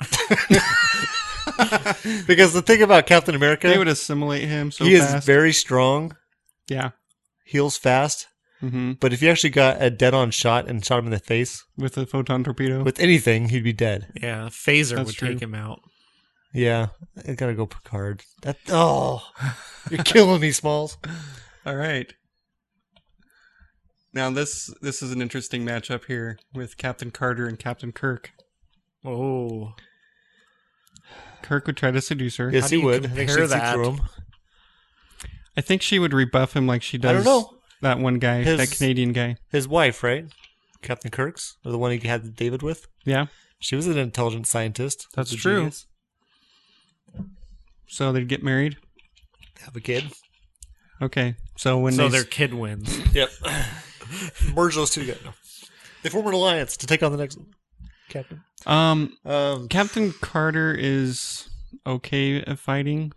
because the thing about Captain They America, would assimilate him so he fast. is very strong, yeah. heals fast, hmm but if you actually got a dead on shot and shot him in the face With a photon torpedo. with anything, he'd be dead. Yeah, phaser That's would true. take him out. Yeah, I gotta go Picard. That oh, you're killing me, Smalls. All right. Now this this is an interesting matchup here with Captain Carter and Captain Kirk. Oh, Kirk would try to seduce her. Yes, How he do you would. I think compare she'd see that? through him. I think she would rebuff him like she does I don't know. that one guy, His- that Canadian guy. His wife, right? Captain Kirk's, or the one he had David with. Yeah. She was an intelligent scientist. That's She's a true. genius. So they'd get married. Have a kid. Okay, so when so they their s- kid wins. Yep. Merge those two together. No. They form an alliance to take on the next captain. um Um, Captain Carter is okay at fighting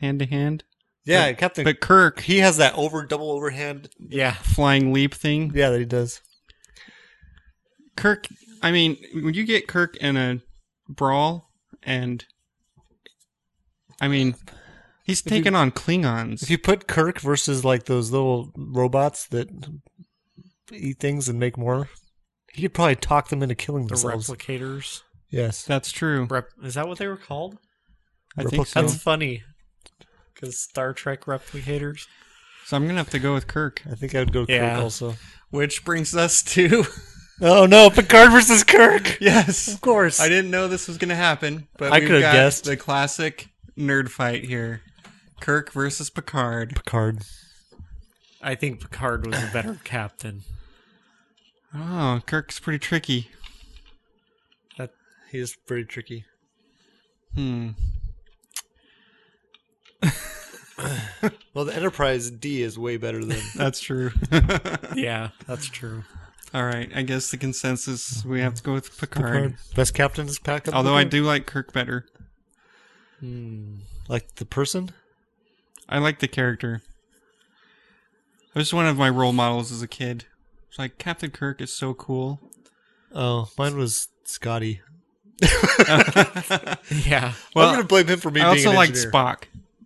hand to hand, yeah, Captain. but Kirk he has that over double overhand. Yeah. flying leap thing. Yeah, that he does. Kirk, I mean, when you get Kirk in a brawl, and I mean, he's taking on Klingons. If you put Kirk versus like those little robots that eat things and make more, he could probably talk them into killing The themselves. replicators. Yes. That's true. Rep- is that what they were called? I think so. That's funny. Because Star Trek replicators. So I'm gonna have to go with Kirk. I think I would go Kirk Yeah. also. Which brings us to. Oh no, Picard versus Kirk. Yes, Of course. I didn't know this was gonna happen, but I we've could've got guessed. the classic nerd fight here: Kirk versus Picard. Picard. I think Picard was a better captain. Oh, Kirk's pretty tricky. That He is pretty tricky. Hmm. Well, the Enterprise D is way better than That's true. yeah, that's true. All right, I guess the consensus we have to go with Picard. Best captain is Pack. Although I do like Kirk better. like the person. I like the character. I was one of my role models as a kid. It's like Captain Kirk is so cool. Oh, mine was Scotty. Yeah. Well, I'm gonna blame him for me I being also an like engineer. Spock.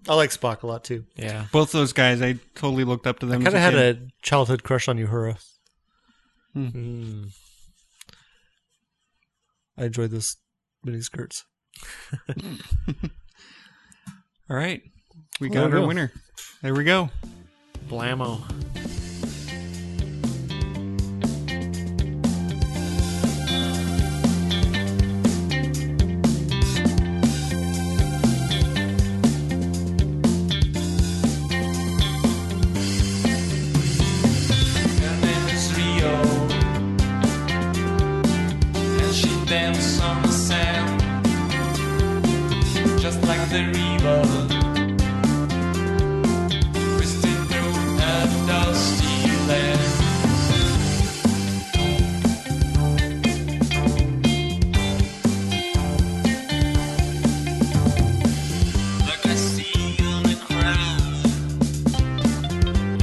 I like Spock a lot too. Yeah. Both those guys, I totally looked up to them. Kind as of had kid. a childhood crush on Uhura. Hmm. I enjoyed those mini skirts. All right, we Well, got Oh, there we our go. winner. There we go. Blammo. Her name is Rio, and she dances on the sand, just like the river, twisted through a dusty land. Look, I see you in the crowd.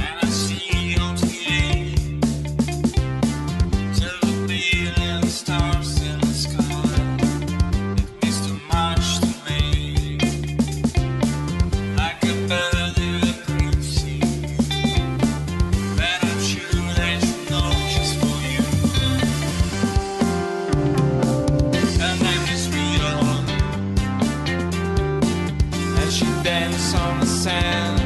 And I see on TV two billion stars in the sky. It means too much to me, like a bird in a crazy. But I'm sure there's no just for you. Her name is Rio, and she dances on the sand.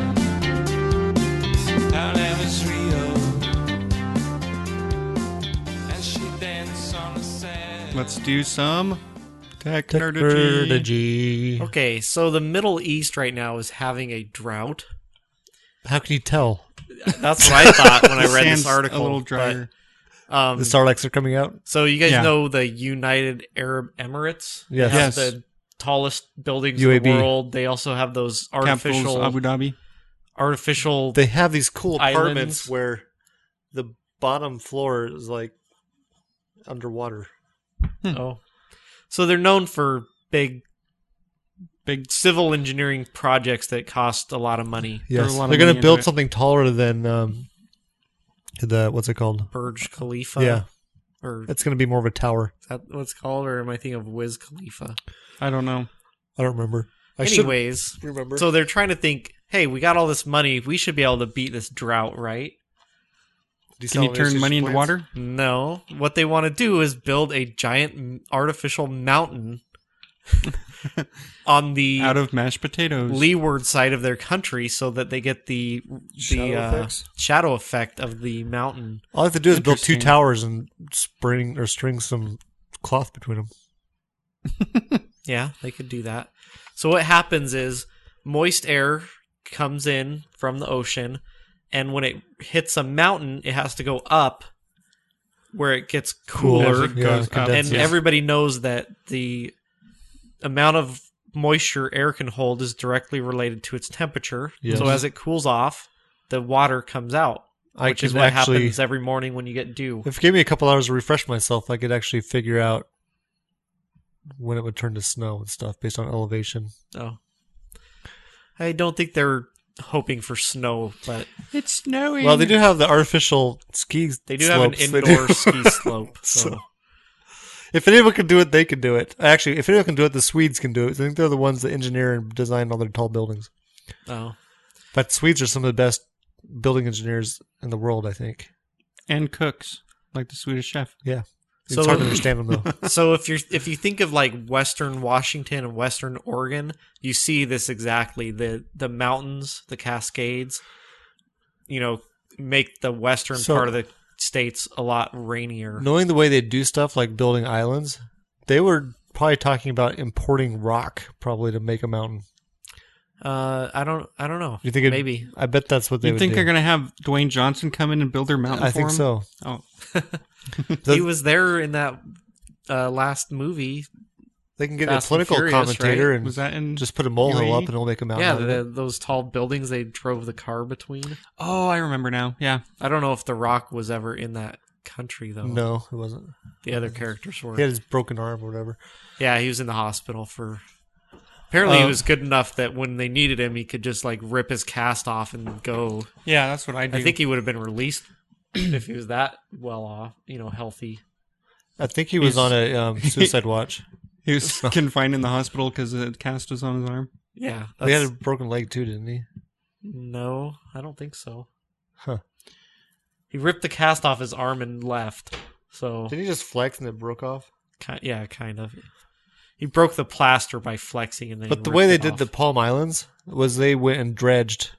Her name is Rio, and she dances on the sand. Let's do some tech nerdy. Nerdigy. Okay, so the Middle East right now is having a drought. How can you tell? That's what I thought when I read Sand's this article. a little but, drier. um, The Starlights are coming out. so you guys Yeah. know the United Arab Emirates? They Yes. have Yes. The tallest buildings in UAB. the world. They also have those Capitals artificial Abu Dhabi. artificial They have these cool apartments Islands. where the bottom floor is like underwater. Oh. So they're known for big Big. civil engineering projects that cost a lot of money. Throw a lot of money they're going to into build it. something taller than um, the what's it called? Burj Khalifa. Yeah. Or is It's going to be more of a tower. that what it's called? Or am I thinking of Wiz Khalifa? I don't know. I don't remember. I should Anyways. remember. So they're trying to think, hey, we got all this money. We should be able to beat this drought, right? Can you turn money into water? No. What they want to do is build a giant m- artificial mountain on the Out of mashed potatoes. leeward side of their country so that they get the, the Shadow uh, effects? shadow effect of the mountain. All I have to do is build two Interesting. towers and spring or string some cloth between them. Yeah, they could do that. So what happens is moist air comes in from the ocean, and when it hits a mountain, it has to go up where it gets cooler. As it goes up. condense- and everybody knows that the amount of moisture air can hold is directly related to its temperature. So as it cools off, the water comes out, I which is can what actually- happens every morning when you get dew. If it gave me a couple hours to refresh myself, I could actually figure out when it would turn to snow and stuff based on elevation. Oh. I don't think they're hoping for snow, but It's snowing. Well, they do have the artificial skis. they do slopes. have They an do- indoor ski slope. So. So- if anyone can do it, they can do it. Actually, if anyone can do it, the Swedes can do it. I think they're the ones that engineer and design all their tall buildings. Oh. In fact, Swedes are some of the best building engineers in the world. I think. and cooks like the Swedish chef. Yeah, it's So- hard to understand them though. So if you're if you think of like western Washington and western Oregon, you see this exactly. The the mountains, the cascades, you know, make the western So- part of the states a lot rainier. knowing the way they do stuff like building islands, they were probably talking about importing rock probably to make a mountain. Uh I don't I don't know. You think it, maybe. I bet that's what they You would think do. they're gonna have Dwayne Johnson come in and build their mountain? I for think him? so. Oh, The- he was there in that uh last movie. They can get Fast a and political Furious, commentator right? and was that in? E? just put a molehill UAE? up and it'll make a mountain. yeah, out of the, it. those tall buildings they drove the car between. oh, I remember now. Yeah, I don't know if The Rock was ever in that country though. no, it wasn't. The other characters were. He had his broken arm or whatever. Yeah, he was in the hospital for. Apparently, he Um, was good enough that when they needed him, he could just like rip his cast off and go. yeah, that's what I do. I think he would have been released if he was that well off, you know, healthy. I think he was He's- on a um, suicide watch. he was confined in the hospital because the cast was on his arm. Yeah. He had That's, a broken leg too, didn't he? no, I don't think so. Huh. He ripped the cast off his arm and left. So, Didn't he just flex and it broke off? ki- yeah, kind of. He broke the plaster by flexing and then. But the ripped way they it did off. the Palm Islands was they went and dredged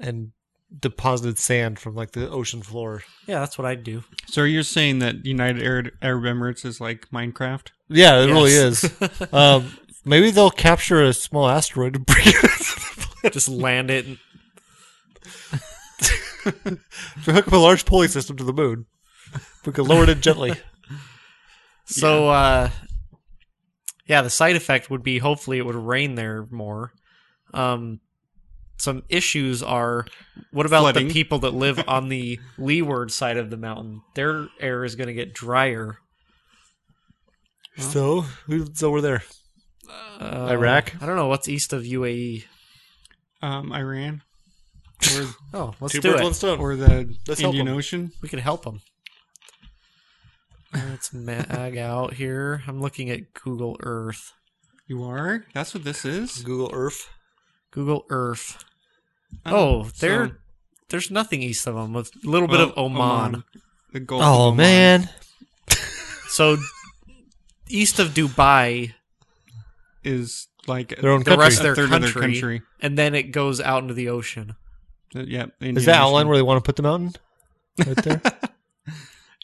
and deposited sand from like the ocean floor. Yeah, that's what I'd do. So you're saying that United Arab, Arab Emirates is like Minecraft? Yeah, it really Yes. is. um, maybe they'll capture a small asteroid and bring it. Just land it and We hook up a large pulley system to the moon. We could lower it in gently. So uh yeah, the side effect would be hopefully it would rain there more. Um some issues are what about Flooding. the people that live on the leeward side of the mountain? Their air is going to get drier. So, who's over there? Uh, Iraq? I don't know what's east of E? UAE. Um, Iran Oh, let's Two do birds, it. one stone. or the Let's help Indian him. Ocean? We could help them. Let's mag out here. I'm looking at Google Earth. You are. That's what this is. Google Earth. Google Earth. Oh, Um, so- there, there's nothing east of them. A little bit of Well, Oman. The Gulf of Oh Oman. man, So east of Dubai, is like their own the country. rest of A their third of country, their country. and then it goes out into the ocean. Uh, yeah, is Indian that Ocean. outline where they want to put the mountain? Right there.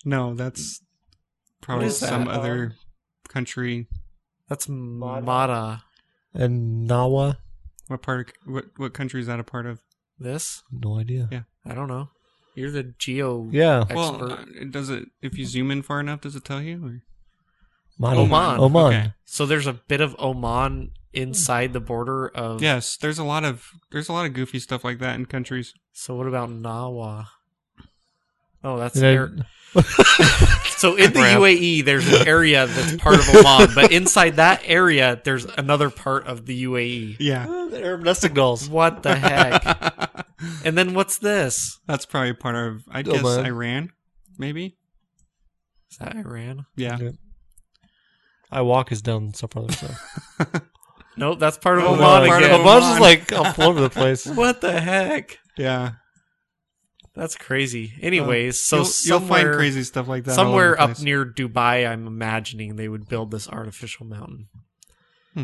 No, that's probably is that? some other country. That's Mada. and Nawa. What part? Of, what what country is that a part of? This No idea. Yeah. I don't know. You're the geo Yeah, expert. Well, uh, it does it if you zoom in far enough? Does it tell you? Or? Mali. Oman. Oman. Okay. so there's a bit of Oman inside the border of Yes, there's a lot of there's a lot of goofy stuff like that in countries. So what about Nawa? Oh, that's And then- air. so in the UAE, there's an area that's part of Oman, but inside that area, there's another part of the E. UAE. Yeah, the Arab nesting dolls. What the heck? and then what's this? that's probably part of. I guess man. Iran, maybe. Is that Iran? Yeah. Yeah. I walk is down so far. So. Nope, that's part of Oh, Oman no, part of again. Oman's Oman. just like all over the place. What the heck? Yeah. That's crazy. Anyways, so you'll, Um, you'll somewhere, find crazy stuff like that all over somewhere the up place. near Dubai, I'm imagining they would build this artificial mountain. Hmm.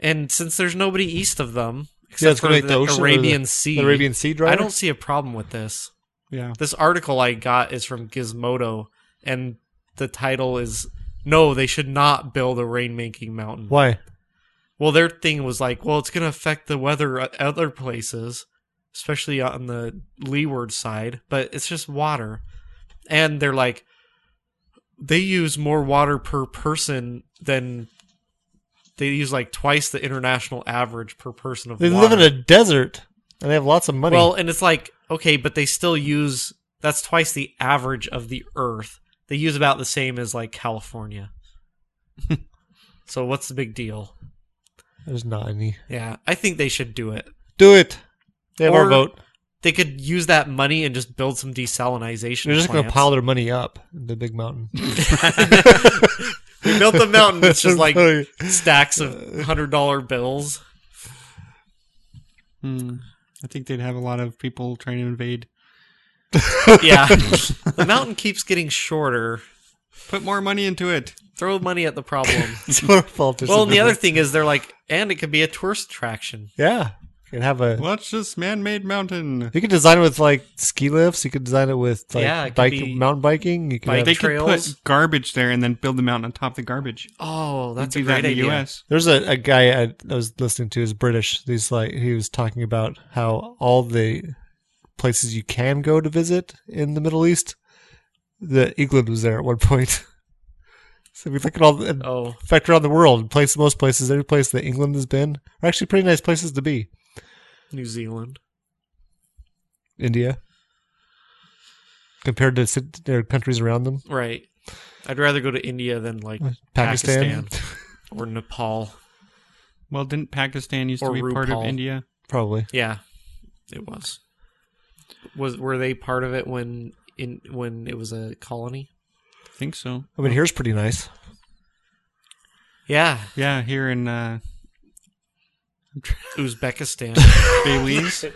And since there's nobody east of them, except Yeah, it's for gonna the, make the ocean or Arabian the- Sea, The Arabian Sea driver. I don't see a problem with this. Yeah. This article I got is from Gizmodo, and the title is "No, they should not build a rainmaking mountain." Why? Well, their thing was like, well, it's going to affect the weather at other places, especially on the leeward side, but it's just water. And they're like, they use more water per person than they use like twice the international average per person of They water. live in a desert and they have lots of money. Well, and it's like, okay, but they still use that's twice the average of the earth. They use about the same as like California. so what's the big deal? there's not any. Yeah, I think they should do it. Do it. They have our Or- vote. They could use that money and just build some desalinization. They're just going to plants. pile their money up in the big mountain. we built the mountain. Mm, It's just like Sorry. stacks of hundred dollar bills. Hmm. I think they'd have a lot of people trying to invade. Yeah, the mountain keeps getting shorter. Put more money into it. Throw money at the problem. That's what our politicians well, and the do. other thing is, they're like, and it could be a tourist attraction. Yeah. You could have a. Watch this man-made mountain. You could design it with like ski lifts. You could design it with like Yeah, it could bike, be- mountain biking. You could Bike- have- They could trails. put garbage there and then build the mountain on top of the garbage. Oh, that's do a great that in the idea. U.S. There's a, a guy I, I was listening to is British. He's like he was talking about how all the places you can go to visit in the Middle East, the England was there at one point. so we look at all the Oh, fact around the world, place most places, every place that England has been are actually pretty nice places to be. New Zealand. India. Compared to sit- their countries around them, Right. I'd rather go to India than like Pakistan, Pakistan, or Nepal. Well, didn't Pakistan used Or to be part of RuPaul. India? probably. Yeah. It was. Was were they part of it when in when it was a colony? I think so. I Oh. mean, here's pretty nice. Yeah, Yeah, here in uh, Uzbekistan. Belize.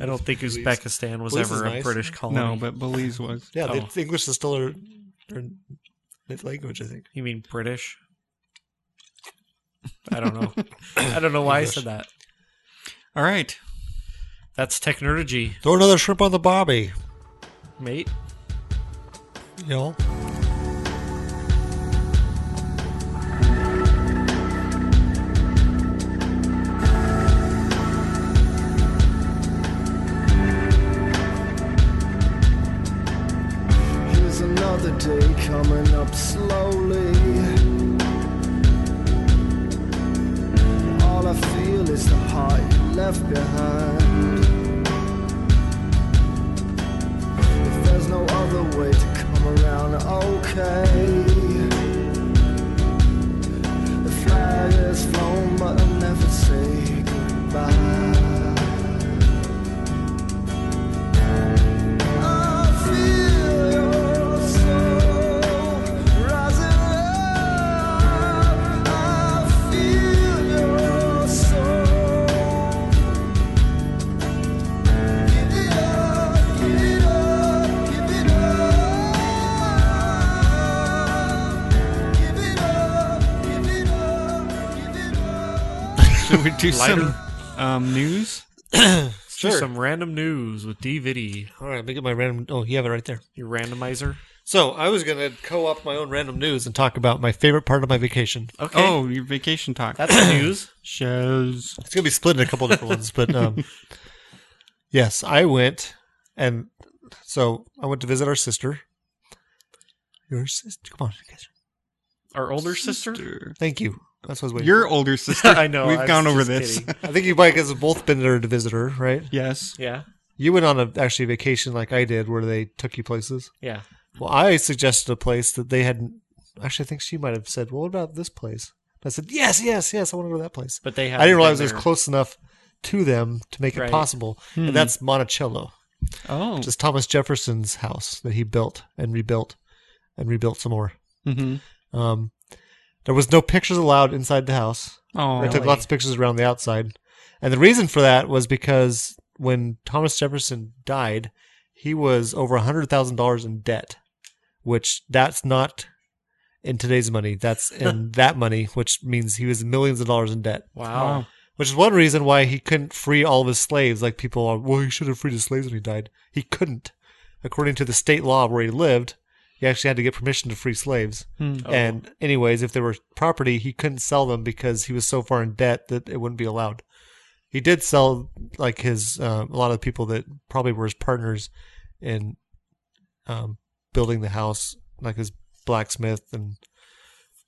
I don't think Uzbekistan was Belize is ever a nice. British colony. no, but Belize was. Yeah, Oh. the English is still their, their native language, I think. you mean British? I don't know. I don't know why I said that. All right. That's technology, Throw another shrimp on the bobby, mate. y'all. Here's another day coming up slowly. All I feel is the heart you left behind. If there's no other way to come around, okay. The flag is flown, but I'll never say goodbye. I feel your soul rising up. I feel your soul. Give it up, give it up, give it up. Give it up, give it up, give it up. Should we do some Lighter. um, news? Let's do some random news with DVD. All right, let me get my random. Oh, you have it right there. Your randomizer. So I was gonna co-op my own random news and talk about my favorite part of my vacation. Okay. Oh, your vacation talk. That's news. shows. It's gonna be split in a couple different ones, but um, yes, I went and so I went to visit our sister. Your sister, come on, guys. Our older sister. Thank you. That's what I was waiting. Your older sister. I know. We've I was gone over just this. kidding. for. I think you might have both been there to visit her, right? Yes. Yeah. You went on a actually vacation like I did, where they took you places. Yeah. Well, I suggested a place that they hadn't. Actually, I think she might have said, "Well, what about this place?" And I said, "Yes, yes, yes. I want to go to that place." But they have. I didn't realize it was close enough to them to make Right. it possible, and that's Monticello, Oh. which is Thomas Jefferson's house that he built and rebuilt and rebuilt some more. Mhm. Um, there was no pictures allowed inside the house. Oh. I took lots of pictures around the outside. And the reason for that was because when Thomas Jefferson died, he was over $100,000 in debt, which that's not in today's money. That's in that money, which means he was millions of dollars in debt, Wow. which is one reason why he couldn't free all of his slaves. Like people are, well, he should have freed his slaves when he died. He couldn't. According to the state law where he lived, he actually had to get permission to free slaves. Hmm. And anyways, if they were property, he couldn't sell them because he was so far in debt that it wouldn't be allowed. He did sell like his uh, a lot of people that probably were his partners in um, building the house, like his blacksmith and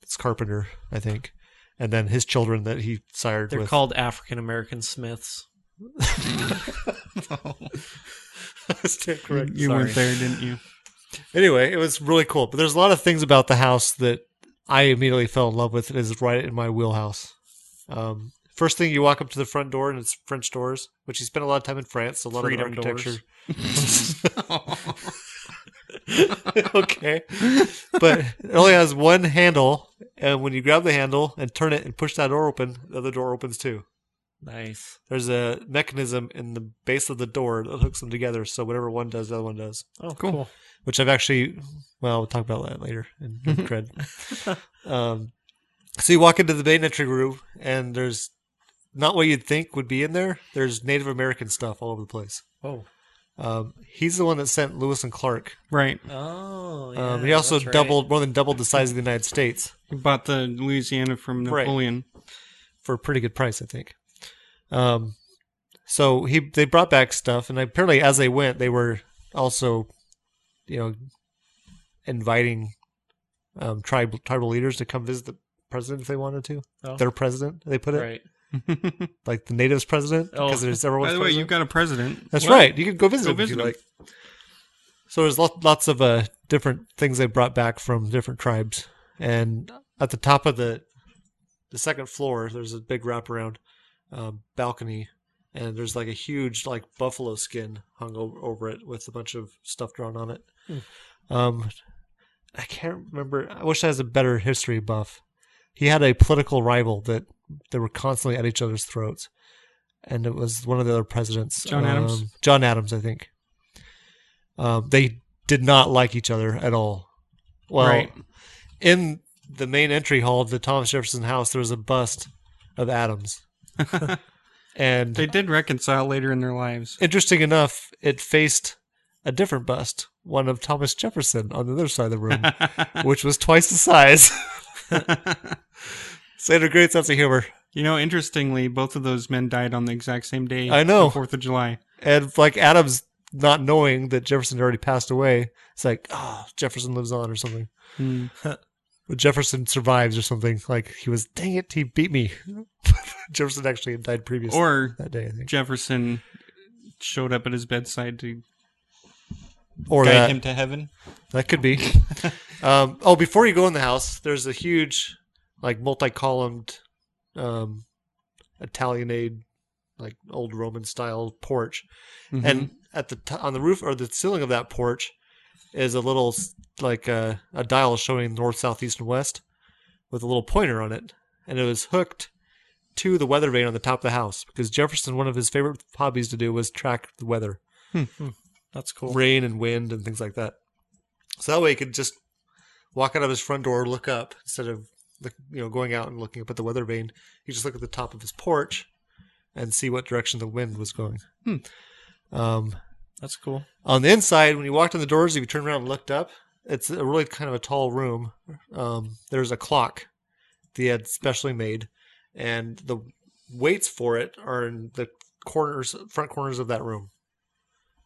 his carpenter, I think. and then his children that he sired They're with. called African American Smiths. Stand correct. You Sorry. weren't there, didn't you? Anyway, it was really cool. But there's a lot of things about the house that I immediately fell in love with. It is right in my wheelhouse. Um, first thing you walk up to the front door and it's French doors, which you spent a lot of time in France, so a lot Freedom of architecture. doors. okay. But it only has one handle, and when you grab the handle and turn it and push that door open, the other door opens too. Nice. There's a mechanism in the base of the door that hooks them together, so whatever one does, the other one does. Oh, cool. Which I've actually, well, we'll talk about that later in in cred. um, so you walk into the main entry room, and there's not what you'd think would be in there. There's Native American stuff all over the place. Oh. Um, he's the one that sent Lewis and Clark. Right. Oh. Yeah, Um, he also that's right. doubled, more than doubled the size of the United States. You bought the Louisiana from Right. Napoleon. for a pretty good price, I think. Um, so he they brought back stuff, and apparently as they went, they were also, you know, inviting um, tribal tribal leaders to come visit the president if they wanted to. Oh. Their president, they put it Right. like the natives' president Oh. because there's everyone's By the way, president. you've got a president. That's Well, right. You can go visit go him if you visit him. like. So there's lots, lots of uh, different things they brought back from different tribes, and at the top of the the second floor, there's a big wraparound uh, balcony, and there's like a huge like buffalo skin hung over, over it with a bunch of stuff drawn on it. Hmm. Um, I can't remember. I wish I was a better history buff. He had a political rival that they were constantly at each other's throats, and it was one of the other presidents, John Adams? um, John Adams, I think. Um, they did not like each other at all. Well, Right. in the main entry hall of the Thomas Jefferson House, there was a bust of Adams, and They did reconcile later in their lives. interesting enough, it faced a different bust, one of Thomas Jefferson on the other side of the room, which was twice the size. so they had a great sense of humor. You know, interestingly, both of those men died on the exact same day. I know. the Fourth of July. And like Adams not knowing that Jefferson had already passed away, it's like, oh, Jefferson lives on or something. Hmm. But Jefferson survives or something. Like he was, dang it, he beat me. Jefferson actually had died previous Or that day, I think. Jefferson showed up at his bedside to Or uh, guide that. him to heaven. That could be. um, oh, before you go in the house, there's a huge, like, multi-columned, um, Italianate, like old Roman style porch, and at the t- on the roof or the ceiling of that porch is a little s- like uh, a dial showing north, south, east, and west, with a little pointer on it, and it was hooked to the weather vane on the top of the house because Jefferson, one of his favorite hobbies to do was track the weather That's cool. rain and wind and things like that. So that way he could just walk out of his front door, look up instead of look- you know going out and looking up at the weather vane. He just look at the top of his porch and see what direction the wind was going. Um, Hmm. That's cool. on the inside, when you walked in the doors, if you turned around and looked up, it's a really kind of a tall room. Um, there's a clock they had specially made, and the weights for it are in the corners, front corners of that room.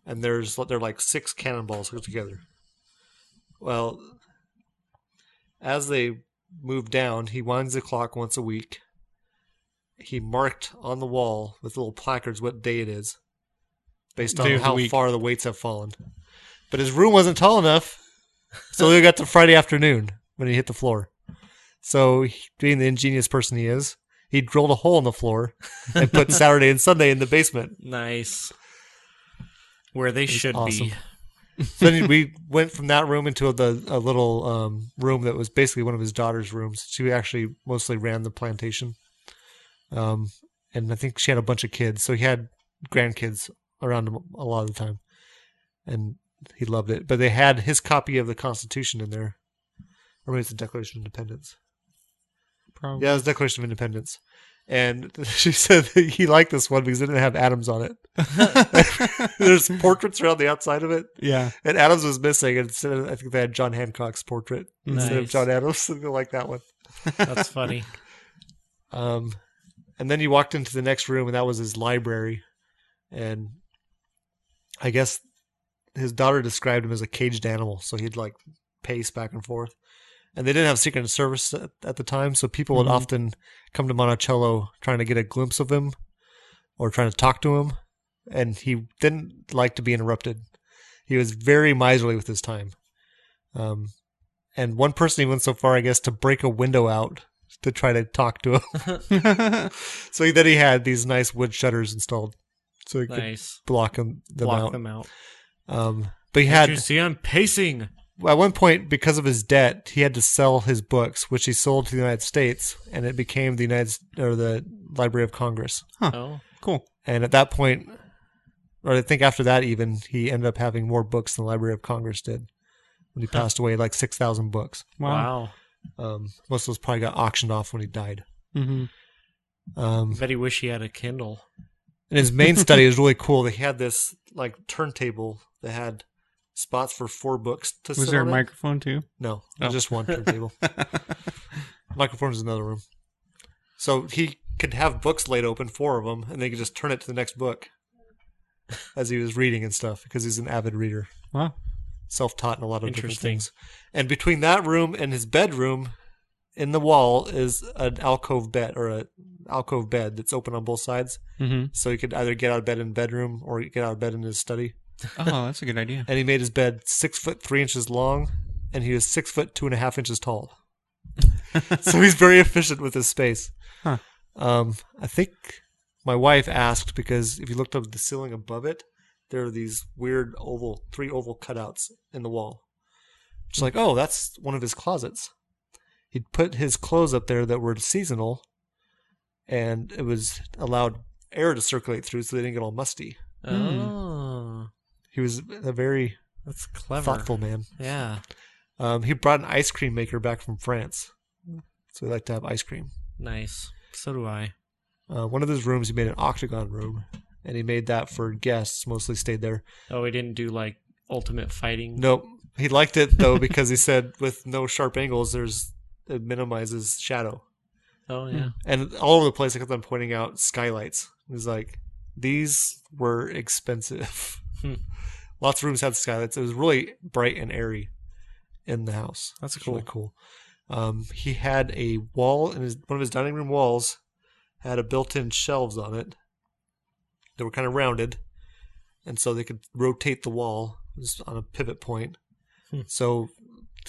And there's they're like six cannonballs hooked together. Well, as they moved down, he winds the clock once a week. He marked on the wall with little placards what day it is, based on Day of the how week. far the weights have fallen. But his room wasn't tall enough, so they got to Friday afternoon when he hit the floor. So, he- being the ingenious person he is, he drilled a hole in the floor and put Saturday and Sunday in the basement. Nice. Where they should awesome. be. So then we went from that room into the a little um, room that was basically one of his daughter's rooms. She actually mostly ran the plantation, um, and I think she had a bunch of kids. So he had grandkids around him a lot of the time, and he loved it. But they had his copy of the Constitution in there, or maybe it's the Declaration of Independence. Probably. Yeah, it was Declaration of Independence. And she said that he liked this one because it didn't have Adams on it. There's portraits around the outside of it, Yeah. and Adams was missing. And instead of, I think they had John Hancock's portrait instead of Nice. John Adams. I like that one. That's funny. Um, and then you walked into the next room, and that was his library. And I guess his daughter described him as a caged animal, so he'd like pace back and forth. and they didn't have Secret Service at, at the time, so people would often come to Monticello trying to get a glimpse of him or trying to talk to him, and he didn't like to be interrupted. He was very miserly with his time. Um, and one person even went so far, I guess, to break a window out to try to talk to him. so then he had these nice wood shutters installed, so he could Nice. block 'em- them Block out. them out. Um, but he Did had you see I'm pacing? at one point because of his debt he had to sell his books which he sold to the united states and it became the united or the library of congress Oh. Cool. and at that point or i think after that even he ended up having more books than the library of congress did when he passed away like 6000 books Wow. Wow. um, most of those probably got auctioned off when he died hmm um, Bet he wish he had a Kindle. And his main study was really cool. They had this like turntable that had spots for four books to Was sit there a on it. microphone too? No, Oh. just one turntable. Microphone is another room. So he could have books laid open, four of them, and they could just turn it to the next book as he was reading and stuff because he's an avid reader, Wow. self-taught in a lot of different Interesting. things. And between that room and his bedroom, in the wall is an alcove bed or a alcove bed that's open on both sides, hmm so he could either get out of bed in bedroom or get out of bed in his study. Oh, that's a good idea. And he made his bed six foot three inches long, and he was six foot two and a half inches tall. so he's very efficient with his space. Huh. Um, I think my wife asked because if you looked up the ceiling above it, there are these weird oval, three oval cutouts in the wall. She's like, oh, that's one of his closets. He'd put his clothes up there that were seasonal, and it was allowed air to circulate through so they didn't get all musty. Oh. He was a very That's clever. thoughtful man. Yeah. Um, he brought an ice cream maker back from France, so he liked to have ice cream. Nice. So do I. Uh, one of his rooms, he made an octagon room, and he made that for guests. Mostly stayed there. Oh, we didn't do like ultimate fighting. Nope, he liked it though because he said with no sharp angles, there's it minimizes shadow. Oh yeah. And all over the place, I kept on pointing out skylights. He's like, these were expensive. Hmm. Lots of rooms had skylights. It was really bright and airy in the house. That's It's really cool. Um, he had a wall in his one of his dining room walls had a built-in shelves on it that were kind of rounded, and so they could rotate the wall just on a pivot point. Hmm. So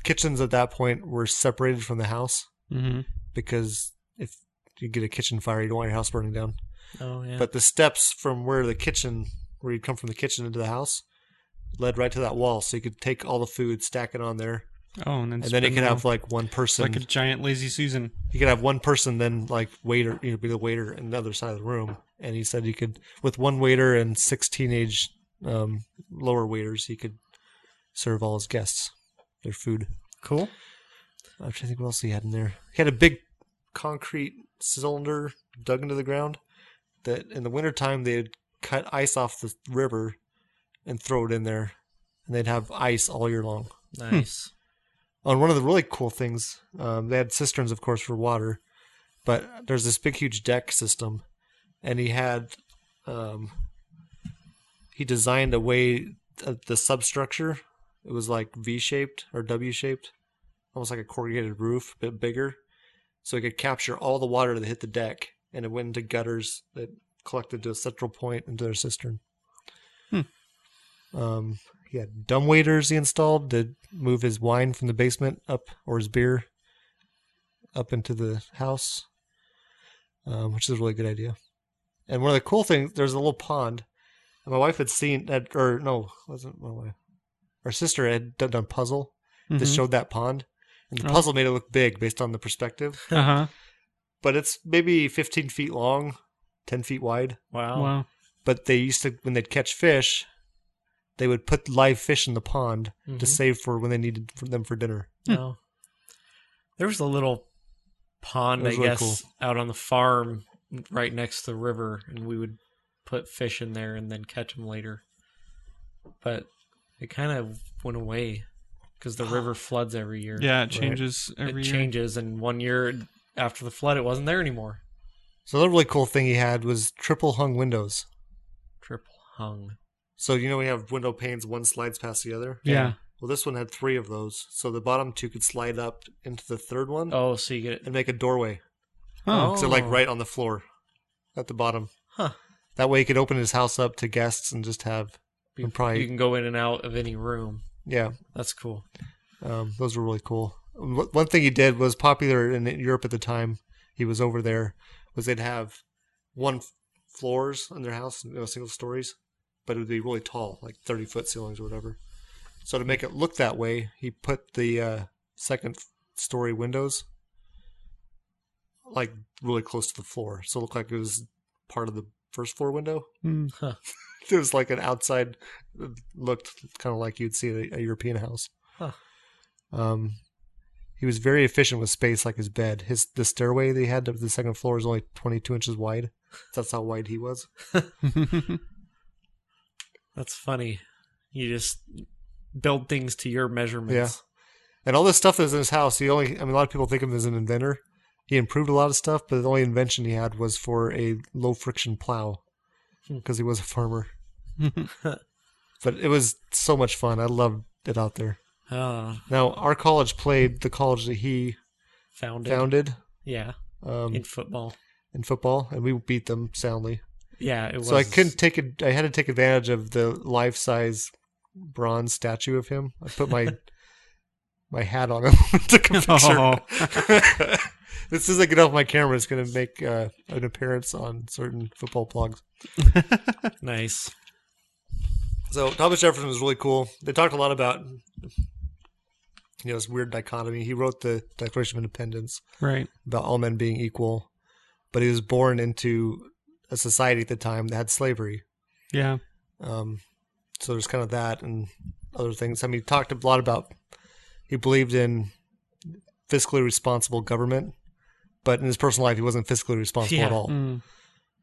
kitchens at that point were separated from the house Mm-hmm. hmm because if you get a kitchen fire, you don't want your house burning down. Oh yeah. But the steps from where the kitchen, where you'd come from the kitchen into the house, led right to that wall, so you could take all the food, stack it on there, Oh, and then and then it spin could the have wheel. like one person. like a giant lazy Susan. you could have one person then like waiter you know be the waiter in the other side of the room and he said you could with one waiter and six teenage um, lower waiters he could serve all his guests their food cool. i'm trying to think what else he had in there he had a big concrete cylinder dug into the ground that in the wintertime they'd cut ice off the river and throw it in there and they'd have ice all year long Nice. Hmm. on one of the really cool things um, they had cisterns of course for water but there's this big huge deck system and he had um, he designed a way uh, the substructure it was like v-shaped or w-shaped almost like a corrugated roof but bigger so it could capture all the water that hit the deck and it went into gutters that collected to a central point into their cistern um, he had dumb waiters he installed to move his wine from the basement up or his beer up into the house, um, which is a really good idea. And one of the cool things, there's a little pond. And my wife had seen that, or no, wasn't my wife. Our sister had done done a puzzle that Mhm. showed that pond, and the Oh. puzzle made it look big based on the perspective. Uh But it's maybe 15 feet long, 10 feet wide huh. Wow. Wow. but they used to when they'd catch fish, they would put live fish in the pond Mhm. to save for when they needed for them for dinner. No. There was a little pond, That I was really guess, cool. out on the farm right next to the river, and we would put fish in there and then catch them later. But it kind of went away because the river floods every year. Yeah, it changes every it year. changes, and one year after the flood, it wasn't there anymore. So another really cool thing he had was triple hung windows. Triple hung. So you know we have window panes, one slides past the other. Yeah. Well, this one had three of those, so the bottom two could slide up into the third one Oh, so you get it. and make a doorway. Oh. So like right on the floor, at the bottom. Huh. That way he could open his house up to guests and just have. You, probably- Oh. you can go in and out of any room. Yeah, That's cool. um, those were really cool. One one thing he did was popular in Europe at the time. He was over there. Was they'd have one f- floors in their house, you know, single stories, but it would be really tall, like thirty foot ceilings or whatever. So to make it look that way, he put the uh, second f- story windows like really close to the floor, so it looked like it was part of the first floor window. Hmm. Huh. It was like an outside it looked kind of like you'd see at a, a European house. Huh. Um, he was very efficient with space, like his bed. His the stairway they had to the second floor is only twenty two inches wide. That's how wide he was. That's funny. You just build things to your measurements. And all this stuff that's in his house, he only, I mean, a lot of people think of him as an inventor. He improved a lot of stuff, but the only invention he had was for a low friction plow because he was a farmer. but it was so much fun. I loved it out there. Uh, Now, our college played the college that he found it. founded Yeah, um, in football. in football, and we beat them soundly. Yeah, it was. So I couldn't take it. I had to take advantage of the life size bronze statue of him. I put my my hat on him to took a Oh, picture. as soon as I get off my camera, it's going to make uh, an appearance on certain football blogs. Nice. So Thomas Jefferson was really cool. They talked a lot about you know this weird dichotomy. He wrote the Declaration of Independence. right. about all men being equal, but he was born into a society at the time that had slavery. Yeah. Um, so there's kind of that and other things. I mean, he talked a lot about he believed in fiscally responsible government, but in his personal life, he wasn't fiscally responsible at Yeah. all. Mm.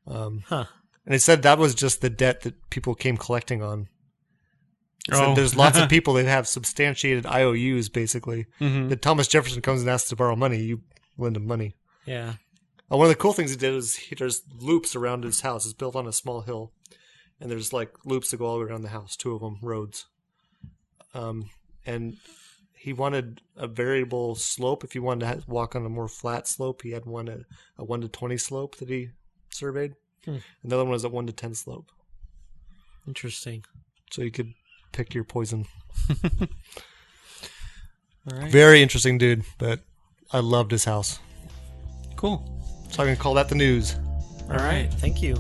Um, Huh. And he said that was just the debt that people came collecting on. He said Oh. There's lots of people that have substantiated IOUs, basically. Mhm. That Thomas Jefferson comes and asks to borrow money, you lend him money. Yeah. Uh, one of the cool things he did is he, there's loops around his house. It's built on a small hill, and there's like loops that go all the way around the house. Two of them roads. Um, and he wanted a variable slope. If you wanted to ha- walk on a more flat slope, he had one at a one to twenty slope that he surveyed. Hmm. Another one was a one to ten slope, Interesting. so you could pick your poison. All right. Very interesting dude, but I loved his house. Cool. So I can call that the news. All right. Thank you.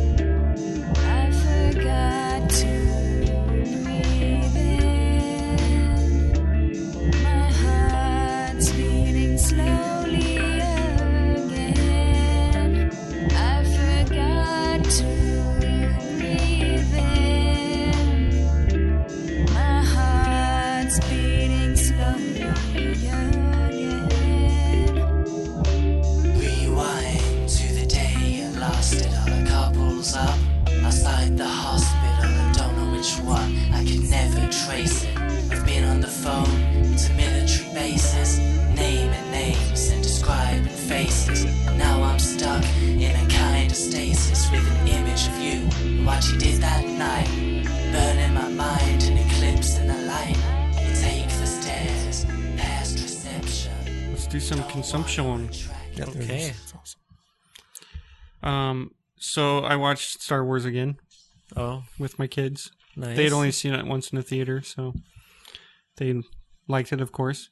I forgot to breathe in. My heart's beating slowly again. I forgot to breathe in. My heart's beating slowly again. Rewind to the day I lost it all. The car pulls up outside the hospital. I don't know which one. I can never trace it. I've been on the phone to military bases, naming names and describing faces. Now I'm stuck in a kind of stasis with an image of you. What you did that night, burning my mind, an eclipse in the light. You take the stairs past reception. Let's do some consumption. Okay. Um, so I watched Star Wars again Oh, with my kids. nice. They had only seen it once in the theater, so they liked it, of course.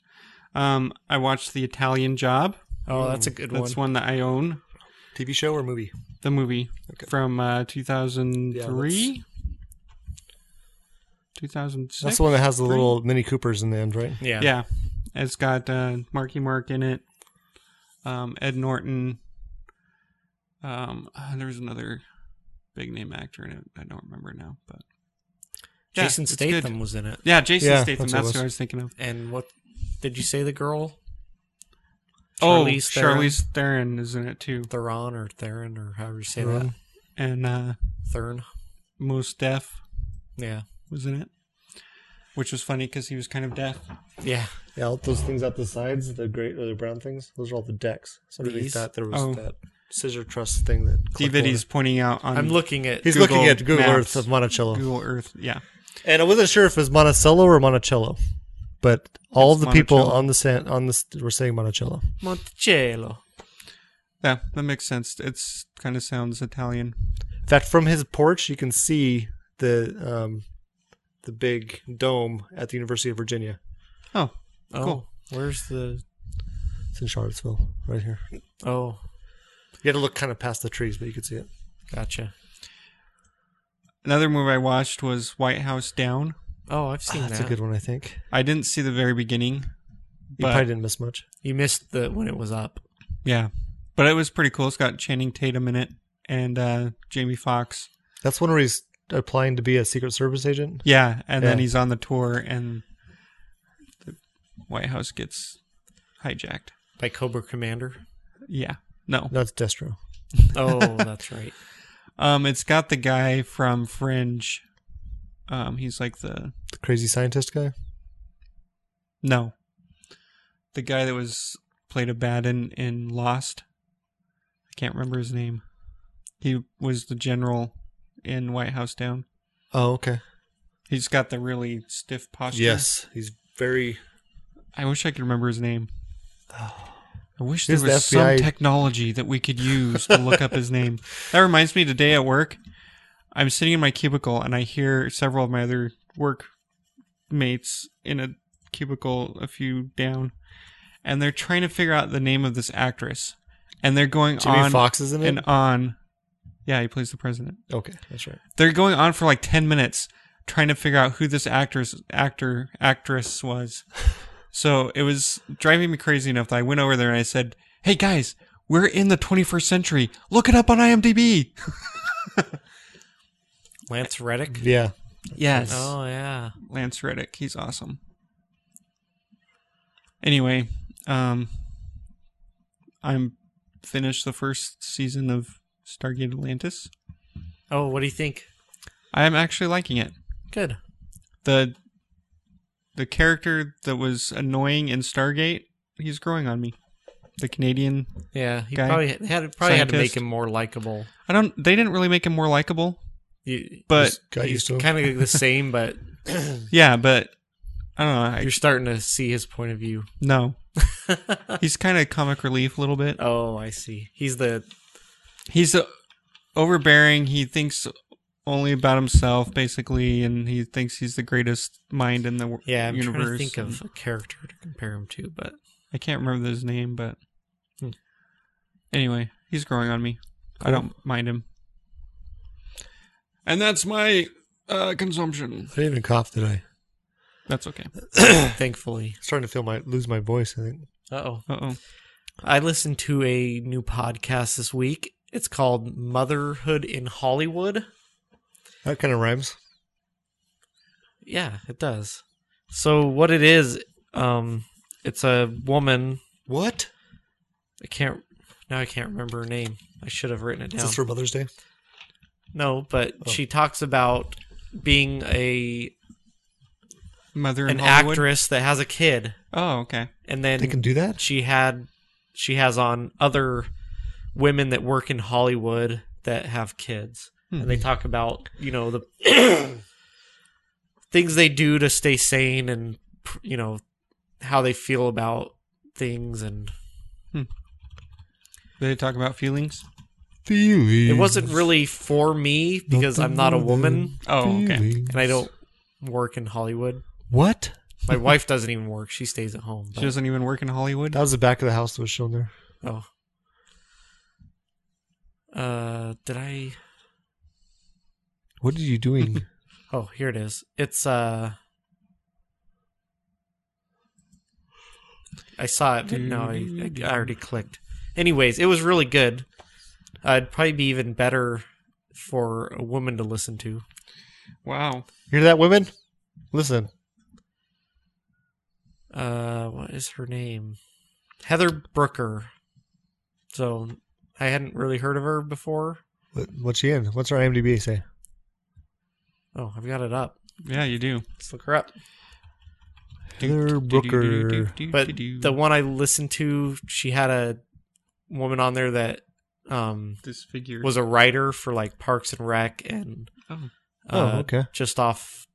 Um, I watched The Italian Job. Oh, that's a good one. That's one that I own. TV show or movie? The movie Okay. from uh, 2003, Yeah, 2006. That's the one that has the little Mini Coopers in the end, right? Yeah. Yeah, it's got uh, Marky Mark in it. Um, Ed Norton. Um, uh, there was another big name actor in it. I don't remember now, but Yeah, Jason it's good. Statham was in it. Yeah, Jason Yeah, Statham. That's, that's what it was. what I was thinking of. And what did you say? The girl? Charlize oh, Theron? Charlize Theron is in it too, Theron or Theron or however you say Theron. that. and uh, Thurn. Mos Def Yeah. was in it, which was funny because he was kind of deaf. Yeah. Yeah, all those things out the sides, the great or the brown things, those are all the decks. So underneath These? that, there was Oh. that scissor truss thing that. clicked DVD's over. pointing out on I'm looking at He's Google looking at Google Maps. Earth of Monticello, Google Earth. Yeah, and I wasn't sure if it was Monticello or Monticello, but all It's the people Monticello. on the sand on this were saying Monticello. Monticello. yeah, that makes sense. It's kind of sounds Italian. In fact, from his porch, you can see the um, the big dome at the University of Virginia. Oh, Oh, Cool. where's the? It's in Charlottesville, right here. You Oh, had to look kind of past the trees, but you could see it. gotcha. another movie I watched was White House Down. Oh, I've seen That's that. a good one, I think. I didn't see the very beginning. You But- probably didn't miss much. You missed the when it was up. Yeah, but it was pretty cool. It's got Channing Tatum in it and uh, Jamie Foxx. That's one where he's applying to be a Secret Service agent. Yeah, and then Yeah. he's on the tour, and the White House gets hijacked. By Cobra Commander. Yeah, no, No, it's Destro. Oh, that's right. um, it's got the guy from Fringe. Um, he's like the The crazy scientist guy. no, the guy that was played a bad in in Lost. I can't remember his name. He was the general in White House Down. Oh, okay. He's got the really stiff posture. he's very. I wish I could remember his name. I wish there Here's was the some FBI. technology that we could use to look up his name. That reminds me today at work, I'm sitting in my cubicle and I hear several of my other work mates in a cubicle a few down and they're trying to figure out the name of this actress. And they're going Jimmy on Fox is in it. and on. Yeah, he plays the president okay, that's right. they're going on for like 10 minutes trying to figure out who this actor's actor actress was so it was driving me crazy enough that i went over there and i said hey guys we're in the 21st century look it up on imdb Lance Reddick. Yeah, yes Oh yeah. lance reddick he's awesome anyway um i'm finished the first season of stargate atlantis Oh, what do you think? i'm actually liking it Good. the the character that was annoying in Stargate, he's growing on me. The Canadian, Yeah, he Guy? probably they had probably had to Scientist? make him more likable. I don't. They didn't really make him more likable, You, but got used to him. kind of the same, but yeah, but I don't know. I, you're starting to see his point of view. no, he's kind of comic relief a little bit. Oh, I see. He's the He's uh overbearing. He thinks only about himself, basically, and he thinks he's the greatest mind in the wor- yeah. I'm universe. trying to think and- of a character to compare him to, but I can't remember his name, but Hmm. anyway, he's growing on me. I don't mind him. And that's my uh, consumption. I didn't even cough, did I? That's okay. thankfully. starting to feel my lose my voice. I think. Uh oh. Uh oh. I listened to a new podcast this week. It's called Motherhood in Hollywood. That kind of rhymes. Yeah, it does. So what it is, um, it's a woman. What? I can't now. I can't remember her name. I should have written it Is down. this Oh. for Mother's Day? No, but she talks about being a Mother in an Hollywood? actress that has a kid, Oh, okay. and They can then do that. she had she has on other women that work in Hollywood that have kids, and they talk about you know the things they do to stay sane and you know how they feel about things and Did they talk about feelings? Feeling. it wasn't really for me because I'm not a woman Oh, okay. and I don't work in Hollywood. What? My wife doesn't even work; she stays at home. She but- doesn't even work in Hollywood. That was the back of the house that was shown there. Oh. Uh, did I? What are you doing? Oh, here it is. It's uh. I saw it, but no, I, I already clicked. Anyways, it was really good. Uh, it'd probably be even better for a woman to listen to. Wow. Hear that, women? Listen. Uh, what is her name? Heather Brooker. So I hadn't really heard of her before. What, what's she in? What's her IMDb say? Oh, I've got it up. Yeah, you do. Let's look her up. Heather Brooker. But the one I listened to, she had a woman on there that um, this figure was a writer for like Parks and Rec and Oh. uh, Oh, okay. just off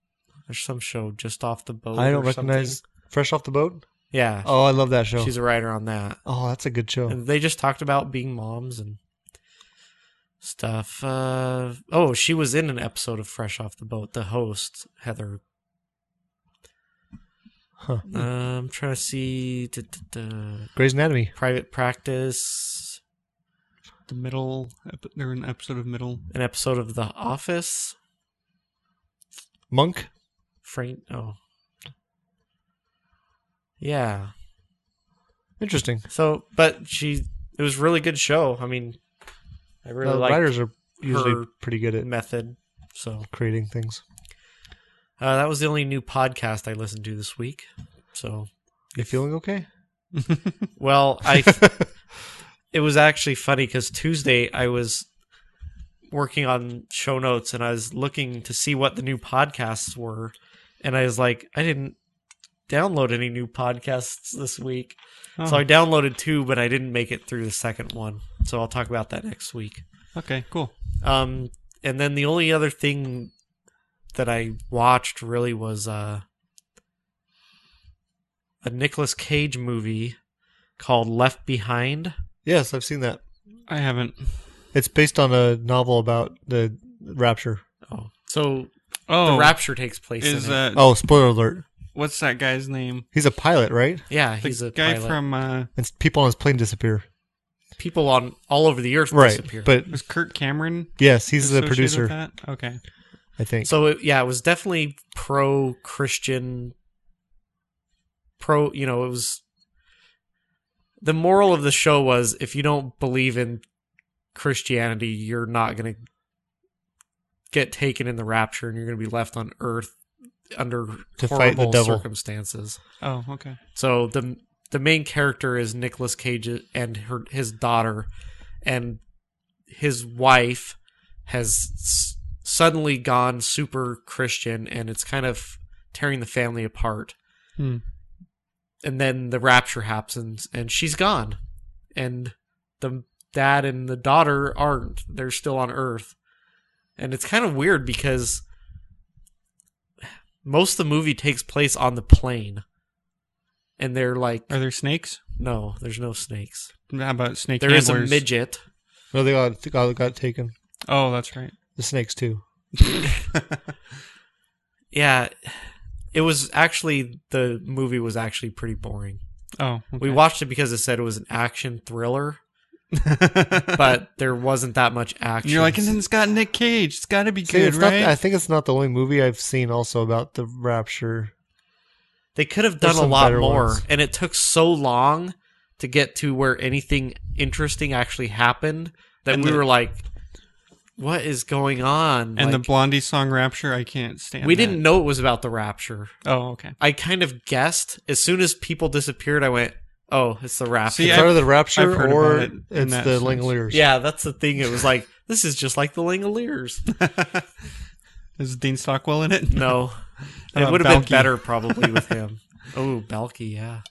there's some show just off the boat. I don't or something. recognize Fresh Off the Boat. Yeah, Oh, I love that show. she's a writer on that. oh, that's a good show. And they just talked about being moms and stuff. Uh, oh, she was in an episode of Fresh Off the Boat. The host Heather. Huh. Uh, I'm trying to see duh, duh, duh. Grey's Anatomy. private practice. the middle. ep- They're an episode of middle. An episode of The Office. Monk. Frank. Oh, yeah. Interesting. So, but she. It was a really good show. I mean, I really Uh, liked writers are usually her pretty good the at method. So creating things. Uh, that was the only new podcast I listened to this week. So, You feeling okay? well, I it was actually funny because Tuesday I was working on show notes and I was looking to see what the new podcasts were, and I was like, I didn't download any new podcasts this week, so Oh. I downloaded two, but I didn't make it through the second one. So I'll talk about that next week. Oh, Okay, cool. Um, and then the only other thing that I watched really was uh, a Nicolas Cage movie called Left Behind. Yes, I've seen that. I haven't. It's based on a novel about the rapture. Oh, so Oh, the Rapture takes place is in it. uh, Oh, spoiler alert. what's that guy's name? He's a pilot, right? Yeah, The he's a guy pilot. from uh, And s- people on his plane disappear. people on all over the earth Right. disappear. But was Kurt Cameron. yes, he's associated the with producer, that? Okay. I think. so it, yeah, it was definitely pro Christian. Pro, you know, it was. The moral of the show was: if you don't believe in Christianity, you're not going to get taken in the rapture, and you're going to be left on Earth under To fight the horrible devil. circumstances. Oh, okay. So the the main character is Nicolas Cage and her his daughter, and his wife has s- suddenly gone super Christian, and it's kind of tearing the family apart. Hmm. And then the rapture happens, and she's gone, and the dad and the daughter aren't. They're still on Earth, and it's kind of weird because most of the movie takes place on the plane, and they're like, Are there snakes? no, there's no snakes. How about snake There is handlers? a midget. no, they got, they got, got taken. Oh, that's right. The snakes, too. Yeah, it was actually the movie was actually pretty boring. Oh, okay. We watched it because it said it was an action thriller, but there wasn't that much action. And you're like, and then it's got Nick Cage. It's got to be See, good, it's not, right? I think it's not the only movie I've seen also about the rapture. they could have there's done a some lot better more, ones. and it took so long to get to where anything interesting actually happened that And we the- were like, "What is going on?" and the Like, Blondie song Rapture, I can't stand. we that. didn't know it was about the rapture. Oh, okay. I kind of guessed as soon as people disappeared. I went, "Oh, it's the rapture." See, It's I've- either the I've rapture heard or about it in it's that the sense. Langoliers. Yeah, that's the thing. It was like this is just like the Langoliers. Is Dean Stockwell in it? No, Uh, it would have been Balky. better probably with him. Um, oh, Balky, yeah.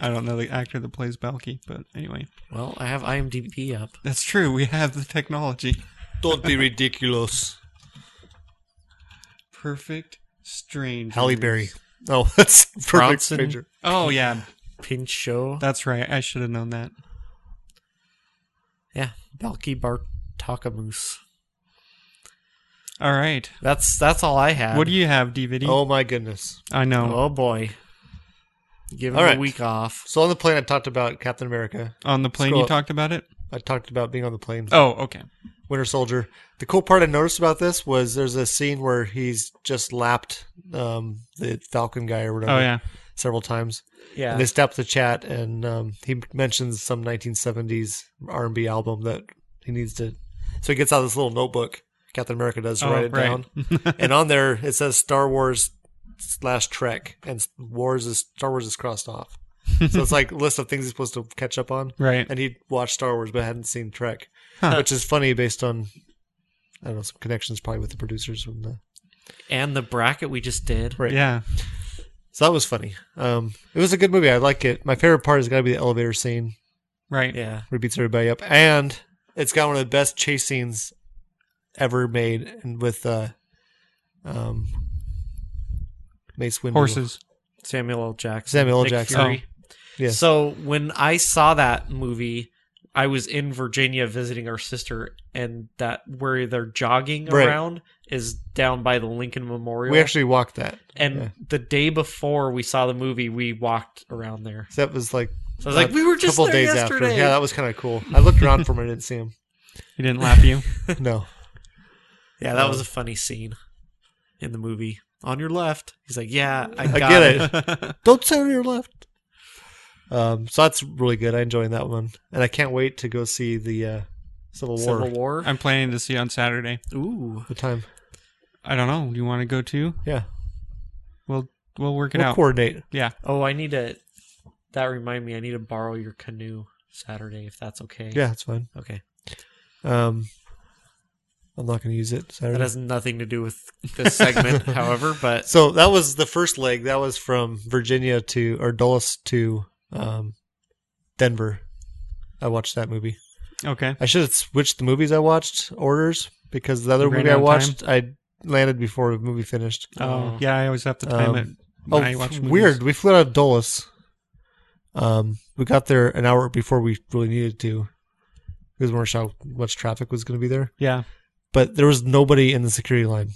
I don't know the actor that plays Balky, but anyway, Well, I have IMDb up. that's true. We have the technology. Don't be ridiculous. Perfect strange. Halle Berry. Oh, that's perfect Bronson. stranger. Oh yeah, Pinchot, that's right. I should have known that. yeah, Balky Bartakamoose. All right. That's that's all I had. What do you have, DVD? Um, Oh my goodness. I know. Oh boy, give him All right. a week off. So on the plane, I talked about Captain America. On the plane, Scroll you up. talked about it. I talked about being on the plane. Oh, okay. Winter Soldier. The cool part I noticed about this was there's a scene where he's just lapped um, the Falcon guy or whatever Oh yeah. several times. Yeah, And they stopped the chat and um, he mentions some 1970s R&B album that he needs to. So he gets out this little notebook. Captain America does to Oh, write it right. down, and on there it says Star Wars slash Trek, and Wars is Star Wars is crossed off. So it's like a list of things he's supposed to catch up on Right. and he'd watched Star Wars but hadn't seen Trek, which is funny based on I don't know some connections probably with the producers from the and the bracket we just did. Right. Yeah. So that was funny. Um, it was a good movie. I like it. My favorite part has got to be the elevator scene Right. Yeah. where he beats everybody up, and it's got one of the best chase scenes ever made, and with uh, um, Mace Windu. Horses. Samuel L. Jackson. Samuel L. Nick Jackson. Oh, Fury. Yes. So when I saw that movie, I was in Virginia visiting our sister, and that where they're jogging Right. around is down by the Lincoln Memorial. We actually walked that. and yeah. the day before we saw the movie, we walked around there. So that was like So I was like, a we were just couple there days yesterday. after. Yeah, that was kind of cool. I looked around for him. I didn't see him. He didn't laugh you. No. Yeah, that was a funny scene in the movie. On your left, he's like, "Yeah, I, I got get it. Don't sit on your left. Um, so that's really good. I enjoyed that one, and I can't wait to go see the uh, Civil War. Civil War. I'm planning to see on Saturday. Ooh, The time, I don't know. Do you want to go too? yeah. We'll we'll work it We'll out. coordinate. Yeah. oh, I need to. That remind me, I need to borrow your canoe Saturday if that's okay. Yeah, that's fine. Okay. Um, I'm not going to use it That Saturday. has nothing to do with this segment, however. But so that was the first leg. That was from Virginia to or Dulles to um, Denver. I watched that movie. Okay. I should have switched the movies I watched orders because the other You ran movie I out of watched I landed before the movie finished. Oh, yeah. I always have to time Um, it. Oh, when I watch movies. weird. We flew out of Dulles. Um, we got there an hour before we really needed to because we weren't sure how much traffic was going to be there. Yeah. But there was nobody in the security line.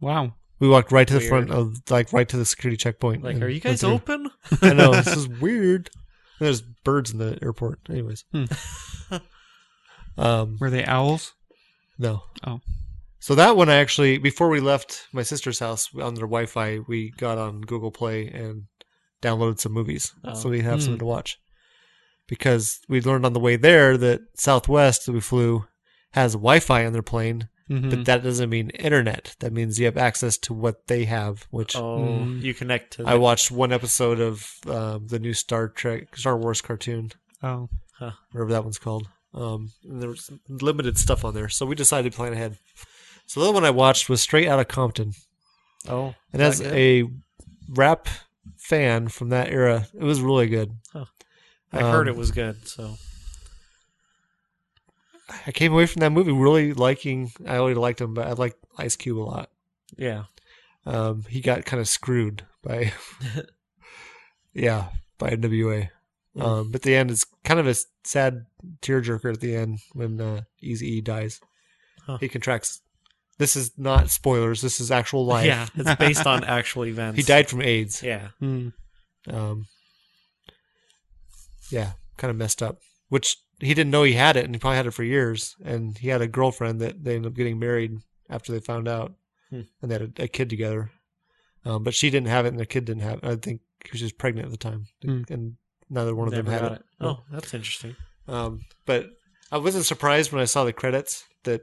Wow. We walked right to the Weird. front of, like, right to the security checkpoint. like, and are you went guys through. open? I know this is weird. And there's birds in the airport. Anyways, Hmm. um, Were they owls? no. Oh. So that one I actually before we left my sister's house on their Wi-Fi, we got on Google Play and downloaded some movies, Oh. so we have Hmm. something to watch. Because we learned on the way there that Southwest that we flew has Wi-Fi on their plane, Mhm. but that doesn't mean internet. That means you have access to what they have, which Oh, Mm. you connect to. I watched one episode of um, the new Star Trek, Star Wars cartoon, oh. whatever that one's called. Um, and there was limited stuff on there, so we decided to plan ahead. So the other one I watched was Straight Outta Compton, oh, and is as that good? a rap fan from that era, it was really good. I heard um, it was good. So I came away from that movie really liking. I already liked him, but I liked Ice Cube a lot. yeah, Um, he got kind of screwed by, yeah, by NWA. Um, but the end is kind of a s- sad tearjerker at the end when uh, Easy E dies. Huh. He contracts. This is not spoilers. This is actual life. yeah, it's based on actual events. He died from AIDS. Yeah, Mm. Um, yeah, kind of messed up. Which he didn't know he had it, and he probably had it for years. And he had a girlfriend that they ended up getting married after they found out, Hmm. and they had a, a kid together. Um, but she didn't have it, and the kid didn't have. I think she was just pregnant at the time, Hmm. and neither one of never them had got it. it. Oh, that's interesting. Um, but I wasn't surprised when I saw the credits that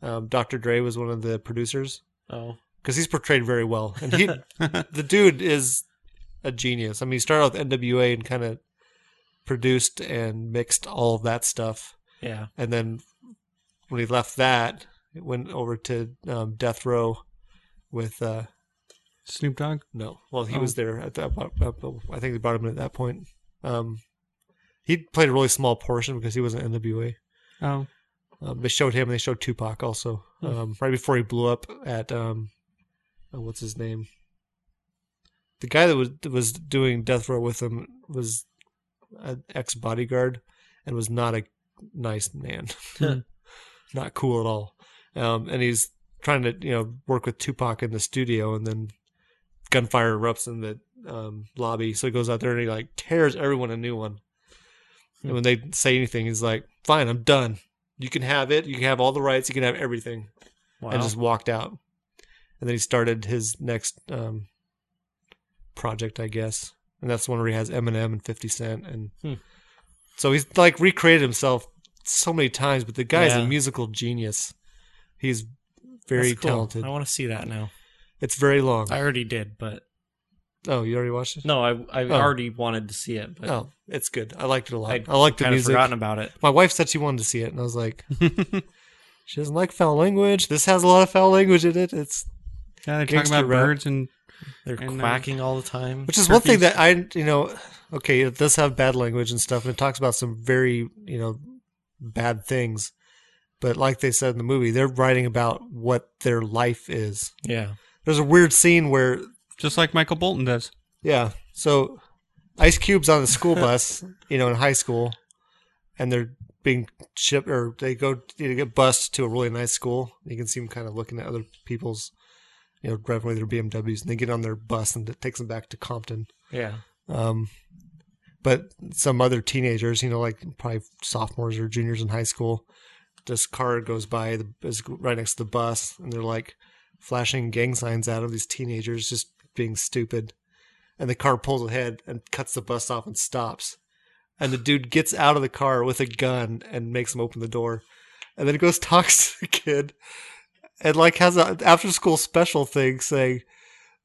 um, Dr. Dre was one of the producers Oh, because he's portrayed very well, and he, the dude is a genius. I mean, he started out with NWA and kind of produced and mixed all of that stuff, yeah. and then when he left that, it went over to um, Death Row with uh, Snoop Dogg. no, well, he Oh. was there at that. po- po- po- I think they brought him in at that point. Um, he played a really small portion because he wasn't NWA. Oh. Um, they showed him, and they showed Tupac also um, right before he blew up at um, oh, what's his name? The guy that was that was doing death row with him was an ex bodyguard and was not a nice man, not cool at all. Um, and he's trying to you know work with Tupac in the studio, and then gunfire erupts in the um, lobby. So he goes out there and he like tears everyone a new one. And when they say anything, he's like, "Fine, I'm done. You can have it. You can have all the rights. You can have everything." Wow. And just walked out. And then he started his next um, project, I guess, and that's the one where he has Eminem and Fifty Cent, and Hmm. so he's like recreated himself so many times. But the guy's Yeah. a musical genius. He's That's very cool. talented. I want to see that now. It's very long. I already did, but oh, you already watched it? no, I I Oh. already wanted to see it, but Oh, it's good. I liked it a lot. I'd I liked the kind of music. forgotten about it. My wife said she wanted to see it, and I was like, she doesn't like foul language. This has a lot of foul language in it. It's Yeah, they talk Gangster about rap. birds and They're And, uh, quacking all the time. Which is one thing that I, you know, okay, it does have bad language and stuff, and it talks about some very, you know, bad things. But like they said in the movie, they're writing about what their life is. Yeah. There's a weird scene where, just like Michael Bolton does. yeah, so Ice Cube's on the school bus, you know, in high school, and they're being shipped or they go you know, get bused to a really nice school. You can see them kind of looking at other people's, you know, driving away their BMWs, and they get on their bus and it takes them back to Compton. Yeah. um, but some other teenagers, you know, like probably sophomores or juniors in high school, this car goes by the is right next to the bus, and they're like flashing gang signs out of these teenagers just being stupid, and the car pulls ahead and cuts the bus off and stops, and the dude gets out of the car with a gun and makes him open the door, and then he goes talks to the kid, and like has a after school special thing saying.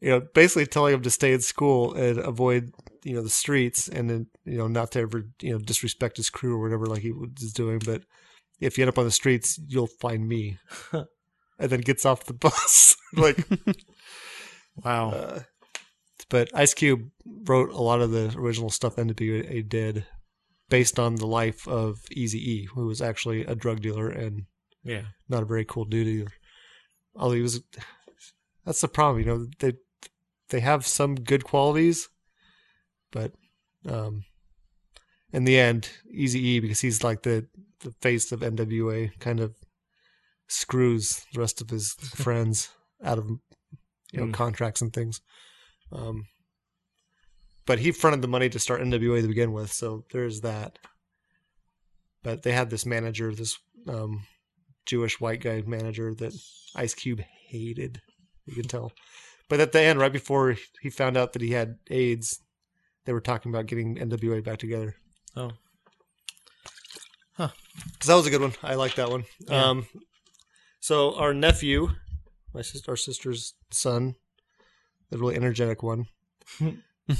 You know, basically telling him to stay in school and avoid you know the streets and then you know not to ever you know disrespect his crew or whatever like he was doing but if you end up on the streets you'll find me and then gets off the bus like uh, Wow. but ice cube wrote a lot of the original stuff nwa did based on the life of easy e who was actually a drug dealer and yeah. not a very cool dude either although he was that's the problem you know they they have some good qualities but um, in the end, Easy E because he's like the the face of NWA kind of screws the rest of his friends out of you know Mm. contracts and things. Um, but he fronted the money to start NWA to begin with, so there's that. But they had this manager, this um, Jewish white guy manager that Ice Cube hated. You can tell. But at the end, right before he found out that he had AIDS, they were talking about getting NWA back together. Oh. Huh. Because that was a good one. I like that one. Yeah. Um, so our nephew, my sis- our sister's son, the really energetic one,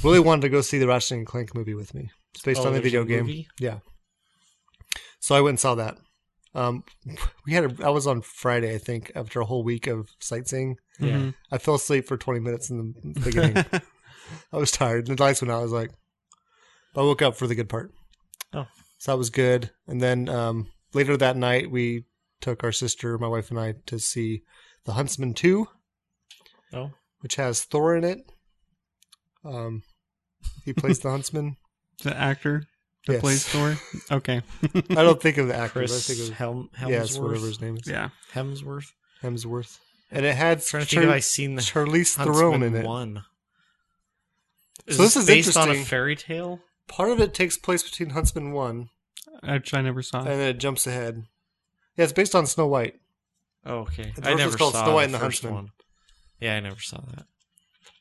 really wanted to go see the Ratchet and Clank movie with me. It's based Oh, on the there's video a game. movie? Yeah. So I went and saw that. Um, we had a, I was on Friday, I think, after a whole week of sightseeing. Yeah. Mm-hmm. I fell asleep for 20 minutes in the beginning. I was tired. And the lights went out. I was like, I woke up for the good part. Oh. So that was good. And then um, later that night, we took our sister, my wife, and I to see The Huntsman 2, Oh. which has Thor in it. Um, he plays the Huntsman. The actor that Yes. plays Thor. Okay. I don't think of the actor. Chris I think of Helm, Helmsworth. yes, whatever his name is. yeah. Hemsworth. Hemsworth. And it had trying to think if I seen the Charlize Theron Huntsman in it. One. Is So this is based on a interesting. fairy tale. Part of it takes place between Huntsman 1 Which I never saw. and then it jumps ahead. Yeah, it's based on Snow White. Oh, okay, The I first never is called saw Snow White the, and the first Huntsman. one. Yeah, I never saw that.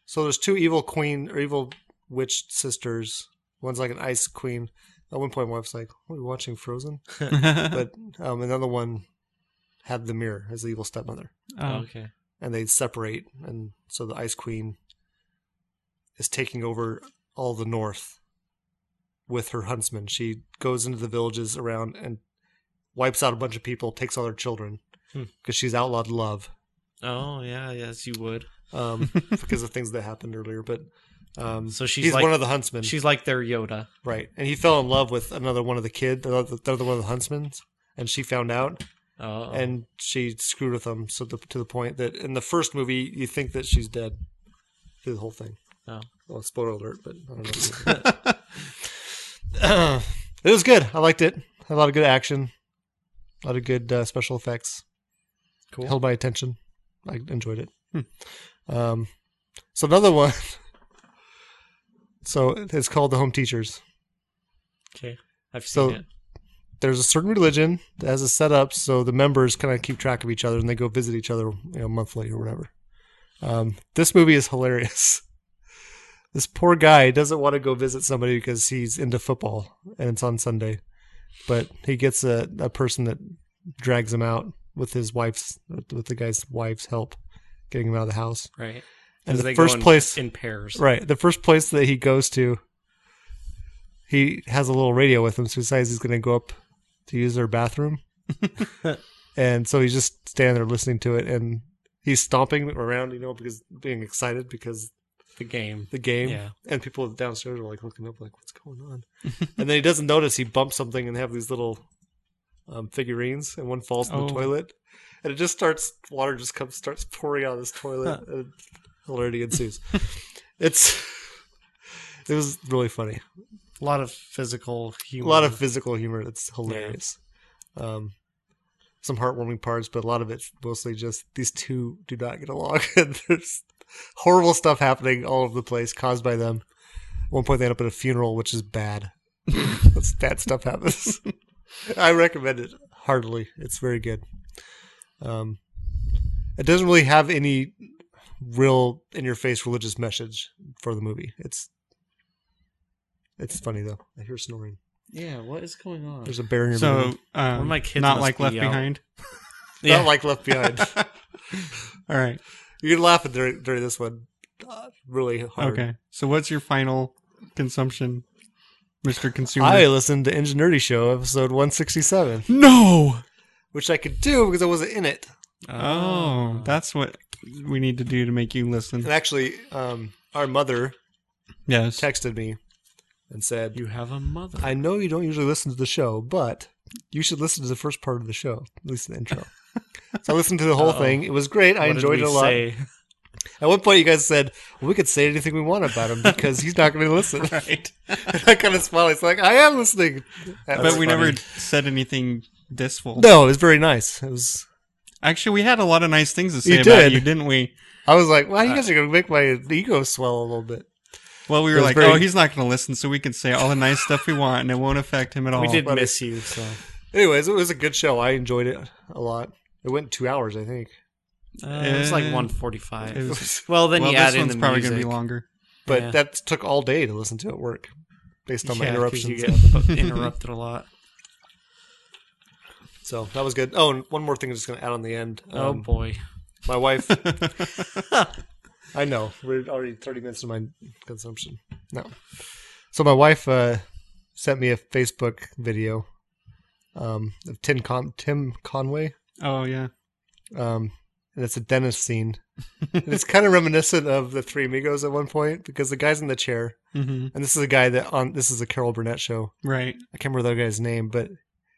So there's two evil queen or evil witch sisters. One's like an ice queen. At one point, my wife's like, "What are we watching Frozen?" but um, another one had the mirror as the evil stepmother, oh, okay, and they separate. And so the ice queen is taking over all the north with her huntsman. She goes into the villages around and wipes out a bunch of people, takes all their children Hmm. because she's outlawed love. oh yeah, yes, you would. um, because of things that happened earlier. But um, So she's he's like- one of the huntsmen, She's like their Yoda. right? And he fell in love with another one of the kid, the other, the other one of the huntsmen, and she found out, Oh, and she screwed with him. So the, to the point that in the first movie, you think that she's dead through the whole thing. Oh. well, spoiler alert! But I don't know. if you- it was good. I liked it. Had a lot of good action, a lot of good uh, special effects. Cool. Held my attention. I enjoyed it. Um, so another one. So it's called the Home Teachers. okay, I've seen so- it. There's a certain religion that has a setup, so the members kind of keep track of each other, and they go visit each other, you know, monthly or whatever. Um, this movie is hilarious. This poor guy doesn't want to go visit somebody because he's into football and it's on Sunday, but he gets a, a person that drags him out with his wife's with the guy's wife's help, getting him out of the house. Right, And 'Cause the they go first in- place in pairs. Right. The first place that he goes to, he has a little radio with him, so he decides he's going to go up to use their bathroom. and so he's just standing there listening to it, and he's stomping around, you know, because being excited because The game. the game. Yeah. And people downstairs are like looking up, like, what's going on? and then he doesn't notice he bumps something and they have these little um, figurines, and one falls in Oh. the toilet. And it just starts, water just comes, starts pouring out of this toilet, and hilarity ensues. it's, it was really funny. A lot of physical humor. A lot of physical humor that's hilarious. Um, some heartwarming parts, but a lot of it's mostly just these two do not get along. and There's horrible stuff happening all over the place caused by them. At one point, they end up at a funeral, which is bad. That's, bad stuff happens. I recommend it heartily. It's very good. Um, it doesn't really have any real in-your-face religious message for the movie. It's it's funny though. I hear snoring. Yeah, what is going on? There's a bear in your So, movie. um, my kids not must like be Left out. Behind. Not like Left Behind. All right. you can laugh at during, during this one uh, really hard. Okay. So, what's your final consumption, Mr. Consumer? I listened to Ingenuity Show episode 167, no. which I could do because I wasn't in it. Uh, Oh, that's what we need to do to make you listen. And actually, um, our mother Yes. texted me and said, you have a mother. I know you don't usually listen to the show, but you should listen to the first part of the show, at least the intro. so I listened to the whole thing. It was great. I What did enjoyed we it a lot. say? At one point, you guys said well, we could say anything we want about him because he's not going to listen. Right. and I kind of smiled. It's like I am listening, That's but we never funny. said anything disful. No, it was very nice. It was. Actually, we had a lot of nice things to say You about did. you, didn't we? I was like, "Wow, you guys are going to make my ego swell a little bit." Well, we It were was like, very- oh, he's not going to listen, so we can say all the nice stuff we want, and it won't affect him at all. We did funny. miss you, so Anyways, it was a good show. I enjoyed it a lot. It went two hours, I think. uh, it was Uh, like one it forty-five. was- Well, then well, you this add in one's the probably music. to be longer. But Yeah. that took all day to listen to at work, based on my Yeah, 'cause interruptions. you get bu- interrupted a lot. So that was good. Oh, and one more thing I'm just going to add on the end. Oh Um, boy, My wife. I know. We're already 30 minutes of my consumption. No. So my wife uh, sent me a Facebook video um, of Tim, Con- Tim Conway, Oh, yeah. um, and it's a dentist scene. and it's kind of reminiscent of the Three Amigos at one point because the guy's in the chair, hmm and this is a guy that on this is a Carol Burnett show. Right. I can't remember the guy's name, but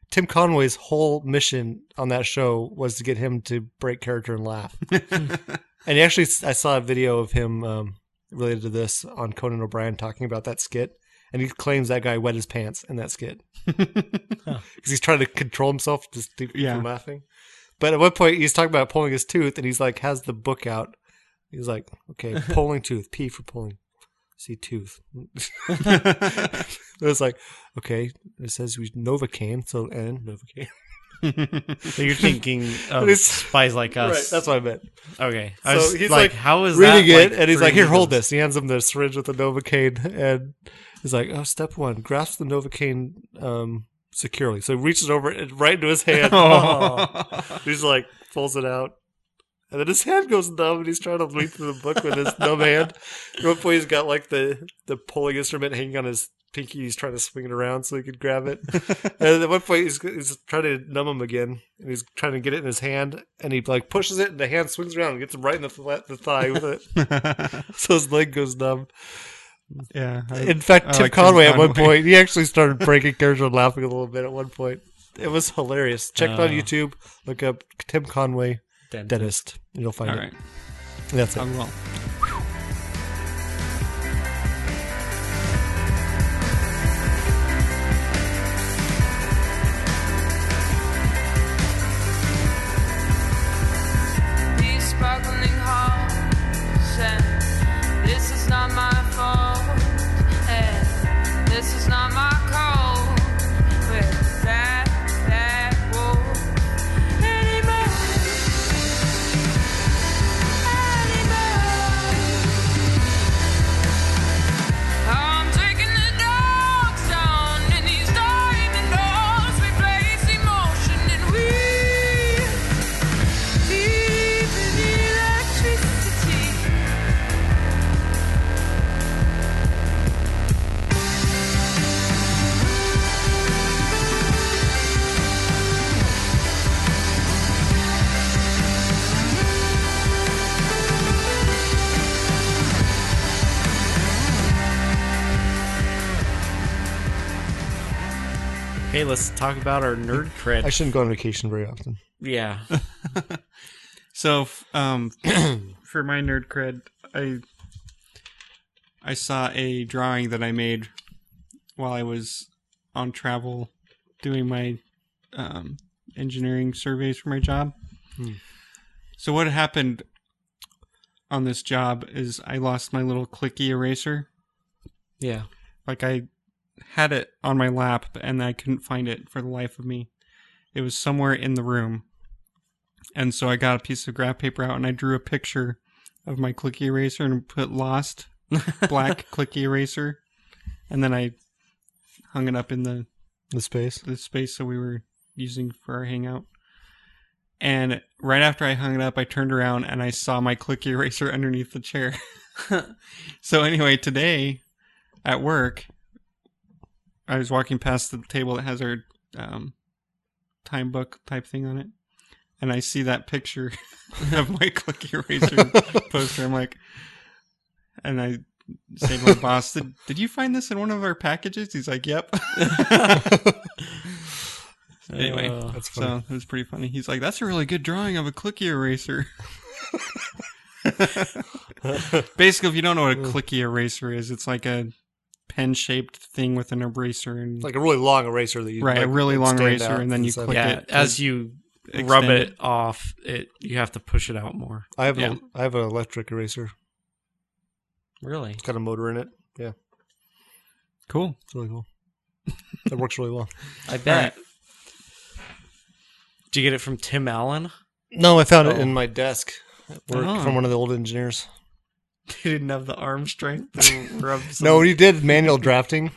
Tim Conway's whole mission on that show was to get him to break character and laugh. and actually, I saw a video of him um, related to this on Conan O'Brien talking about that skit, and he claims that guy wet his pants in that skit because he's trying to control himself just to, Yeah. from laughing. But at one point, he's talking about pulling his tooth, and he's like, has the book out. He's like, okay, pulling tooth, P for pulling, C tooth. It was like, okay, it says we Novocaine, so and Novocaine. so you're thinking of it's- spies like us. Right, that's what I meant. okay. I So was he's like, like how is Reading that, it, and he's like, three here, hold amigos? this. He hands him the syringe with the Novocaine, and he's like, oh, step one, grasp the Novocaine um, securely. So he reaches over and right into his hand. Oh. He's like, pulls it out. And then his hand goes numb, and he's trying to read through the book with his numb hand. At one point, he's got like the the pulling instrument hanging on his pinky. He's trying to swing it around so he could grab it. and at one point, he's, he's trying to numb him again, and he's trying to get it in his hand. And he like pushes it, and the hand swings around and gets him right in the, flat, the thigh with it. so his leg goes numb. yeah. I- In fact, I Tim like Conway at one Conway. point, he actually started breaking character and laughing a little bit at one point. It was hilarious. Check it on Uh. YouTube. Look up Tim Conway Dentist. dentist, and you'll find All it. right. Um, That's I it. will. These sparkling halls, and this is not my fault, and this is not my call. With that, that wolf anymore, anymore. Hey, let's talk about our nerd I cred. shouldn't go on vacation very often. yeah. So, f- um, for my nerd cred, I I saw a drawing that I made while I was on travel doing my um, engineering surveys for my job. So what happened on this job is I lost my little clicky eraser. Yeah. Like I had it on my lap and I couldn't find it for the life of me. It was somewhere in the room. And so I got a piece of graph paper out and I drew a picture of my clicky eraser and put lost black clicky eraser. And then I hung it up in the The space. the space that we were using for our hangout. And right after I hung it up, I turned around and I saw my click eraser underneath the chair. so anyway, today at work, I was walking past the table that has our um, time book type thing on it, and I see that picture of my click eraser poster. I'm like, and I say to my boss, did, "Did you find this in one of our packages?" He's like, "Yep." anyway, That's so funny. it was pretty funny. He's like, "That's a really good drawing of a clicky eraser." Basically, if you don't know what a clicky eraser is, it's like a pen-shaped thing with an eraser and like a really long eraser that you Right, a like, really long stand eraser, out and then you inside. click Yeah. it to As you rub extend it, off, it you have to push it out more. I have Yeah. an I have an electric eraser. Really? It's got a motor in it. Yeah, Cool. it's really cool. It works really well. I bet. Did you get it from Tim Allen? No, I found it in my desk at work Oh. from one of the old engineers. They didn't have the arm strength to rub. Some- No, when you did manual drafting,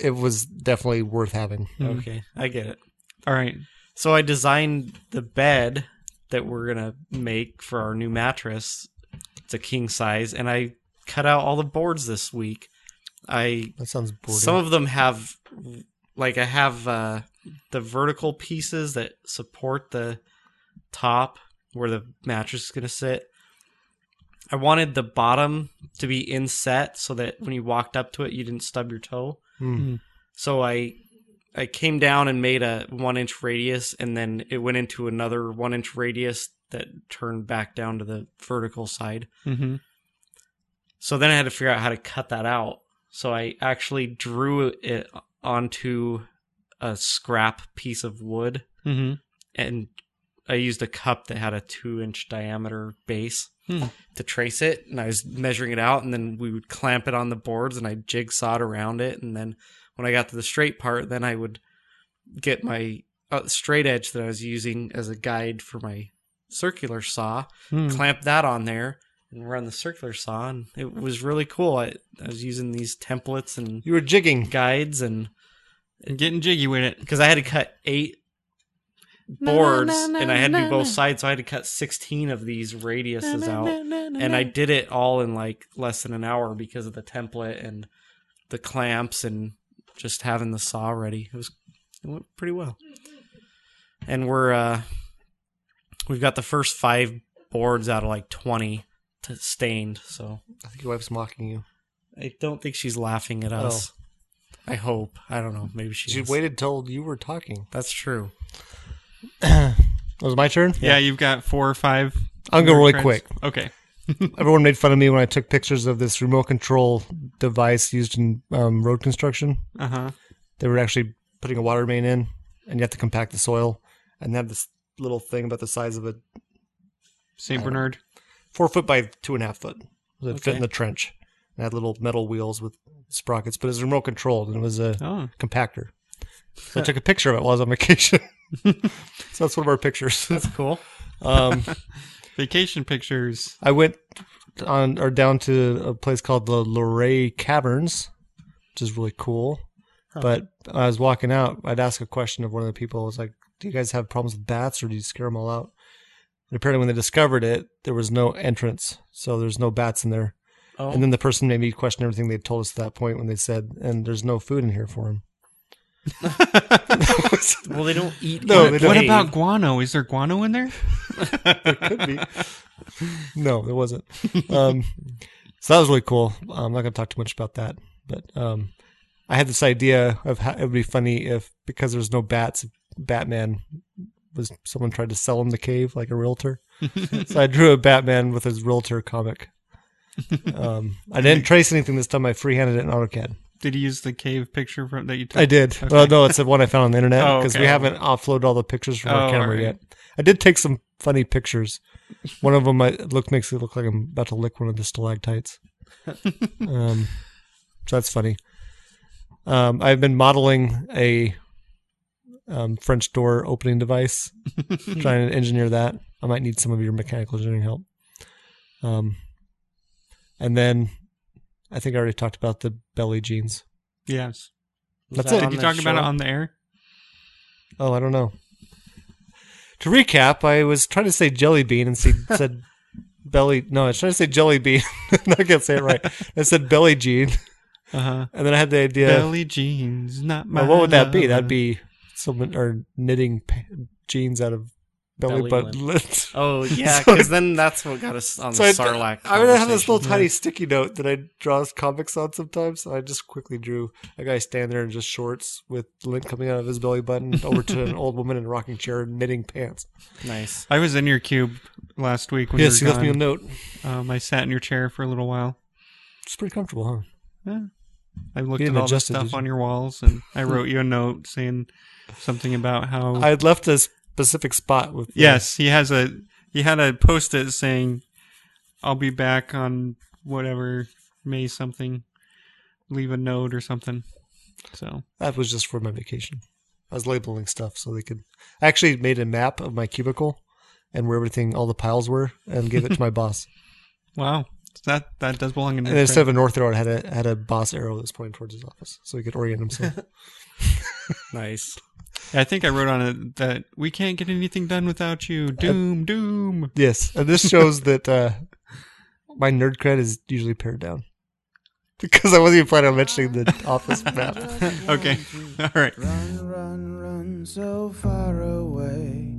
it was definitely worth having. Okay, I get it. All right. So I designed the bed that we're gonna make for our new mattress. It's a king size, and I cut out all the boards this week. I That sounds boring. some of them have like I have uh, the vertical pieces that support the top where the mattress is gonna sit. I wanted the bottom to be inset so that when you walked up to it, you didn't stub your toe. Hmm. So I I came down and made a one inch radius, and then it went into another one inch radius that turned back down to the vertical side. Mhm. So then I had to figure out how to cut that out. So I actually drew it onto a scrap piece of wood, Mhm. and I used a cup that had a two inch diameter base Hmm. to trace it. And I was measuring it out, and then we would clamp it on the boards, and I jigsawed around it. And then when I got to the straight part, then I would get my uh, straight edge that I was using as a guide for my circular saw, Hmm. clamp that on there, and run the circular saw. And it was really cool. I, I was using these templates and you were jigging. guides, and I'm getting jiggy with it. because I had to cut eight boards and I had to do both sides, so I had to cut 16 of these radiuses out. and I did it all in like less than an hour because of the template and the clamps and just having the saw ready. It was it went pretty well. And we're uh we've got the first 5 boards out of like 20 to stained, so I think your wife's mocking you. I don't think she's laughing at Oh. us. I hope. I don't know. Maybe she She is. waited till you were talking. That's true. It was my turn. Yeah. you've got four or five. I'll go nerd really creds. quick. Okay. Everyone made fun of me when I took pictures of this remote control device used in um, road construction. Uh huh. They were actually putting a water main in, and you have to compact the soil, and they have this little thing about the size of a Saint Bernard. four foot by two and a half foot. It fit Okay. in the trench. It had little metal wheels with sprockets, but it was remote controlled and it was a Oh. compactor. So I took a picture of it while I was on vacation. so that's one of our pictures. That's cool. um, Vacation pictures. I went on or down to a place called the Luray Caverns, which is really cool. But when I was walking out, I'd ask a question of one of the people. I was like, "Do you guys have problems with bats, or do you scare them all out?" And apparently, when they discovered it, there was no entrance, so there's no bats in there. Oh. And then the person made me question everything they told us at that point when they said, "And there's no food in here for them." Well, they don't eat. No, in a they don't. What cave. about guano? Is there guano in there? could be. No, there wasn't. Um, so that was really cool. I'm not going to talk too much about that, but um, I had this idea of how it would be funny if because there's no bats, Batman was someone tried to sell him the cave like a realtor. so I drew a Batman with his realtor comic. Um, I didn't trace anything this time. I freehanded it in AutoCAD. Did he use the cave picture from that you took? I did. Okay. Well, no, it's the one I found on the internet Oh, because we okay. haven't offloaded all the pictures from Oh, our camera alright. yet. I did take some funny pictures. One of them I look makes it look like I'm about to lick one of the stalactites. um, so that's funny. Um, I've been modeling a um, French door opening device, trying to engineer that. I might need some of your mechanical engineering help. Um, and then I think I already talked about the belly jeans. Yes. Was That's that it. Did on you the talk about show? it on the air? Oh, I don't know. To recap, I was trying to say jelly bean and see, said belly. No, I was trying to say jelly bean. I'm not gonna say it right. I said belly jean, Uh huh. and then I had the idea. Belly jeans, not my. well, what would that be? lover. That'd be someone or knitting pa- jeans out of belly, Belly button lint. Oh yeah, So- because then that's what got us on So the I, Sarlacc. I would have this conversation. little tiny sticky note that I draw as comics on sometimes. So I just quickly drew a guy standing there in just shorts with lint coming out of his belly button over to an old woman in a rocking chair knitting pants. Nice. I was in your cube last week when Yes, you you were left me a gone. note. Um, I sat in your chair for a little while. It's pretty comfortable, huh? I looked didn't at all the adjust it, did stuff you? on your walls, and I wrote you a note saying something about how. I had left a specific spot with. the- yes, he has a. He had a post-it saying, "I'll be back on whatever May something." Leave a note or something. So that was just for my vacation. I was labeling stuff so they could. I actually made a map of my cubicle and where everything, all the piles were, and gave it to my boss. wow, that that does belong in. And instead of a north arrow, I had a I had a boss arrow that was pointing towards his office, so he could orient himself. Nice. I think I wrote on it that we can't get anything done without you. Uh, Doom, doom. yes, and this shows that uh, my nerd cred is usually pared down because I wasn't even planning on mentioning the office map. Okay, all right. Run, run, run so far away.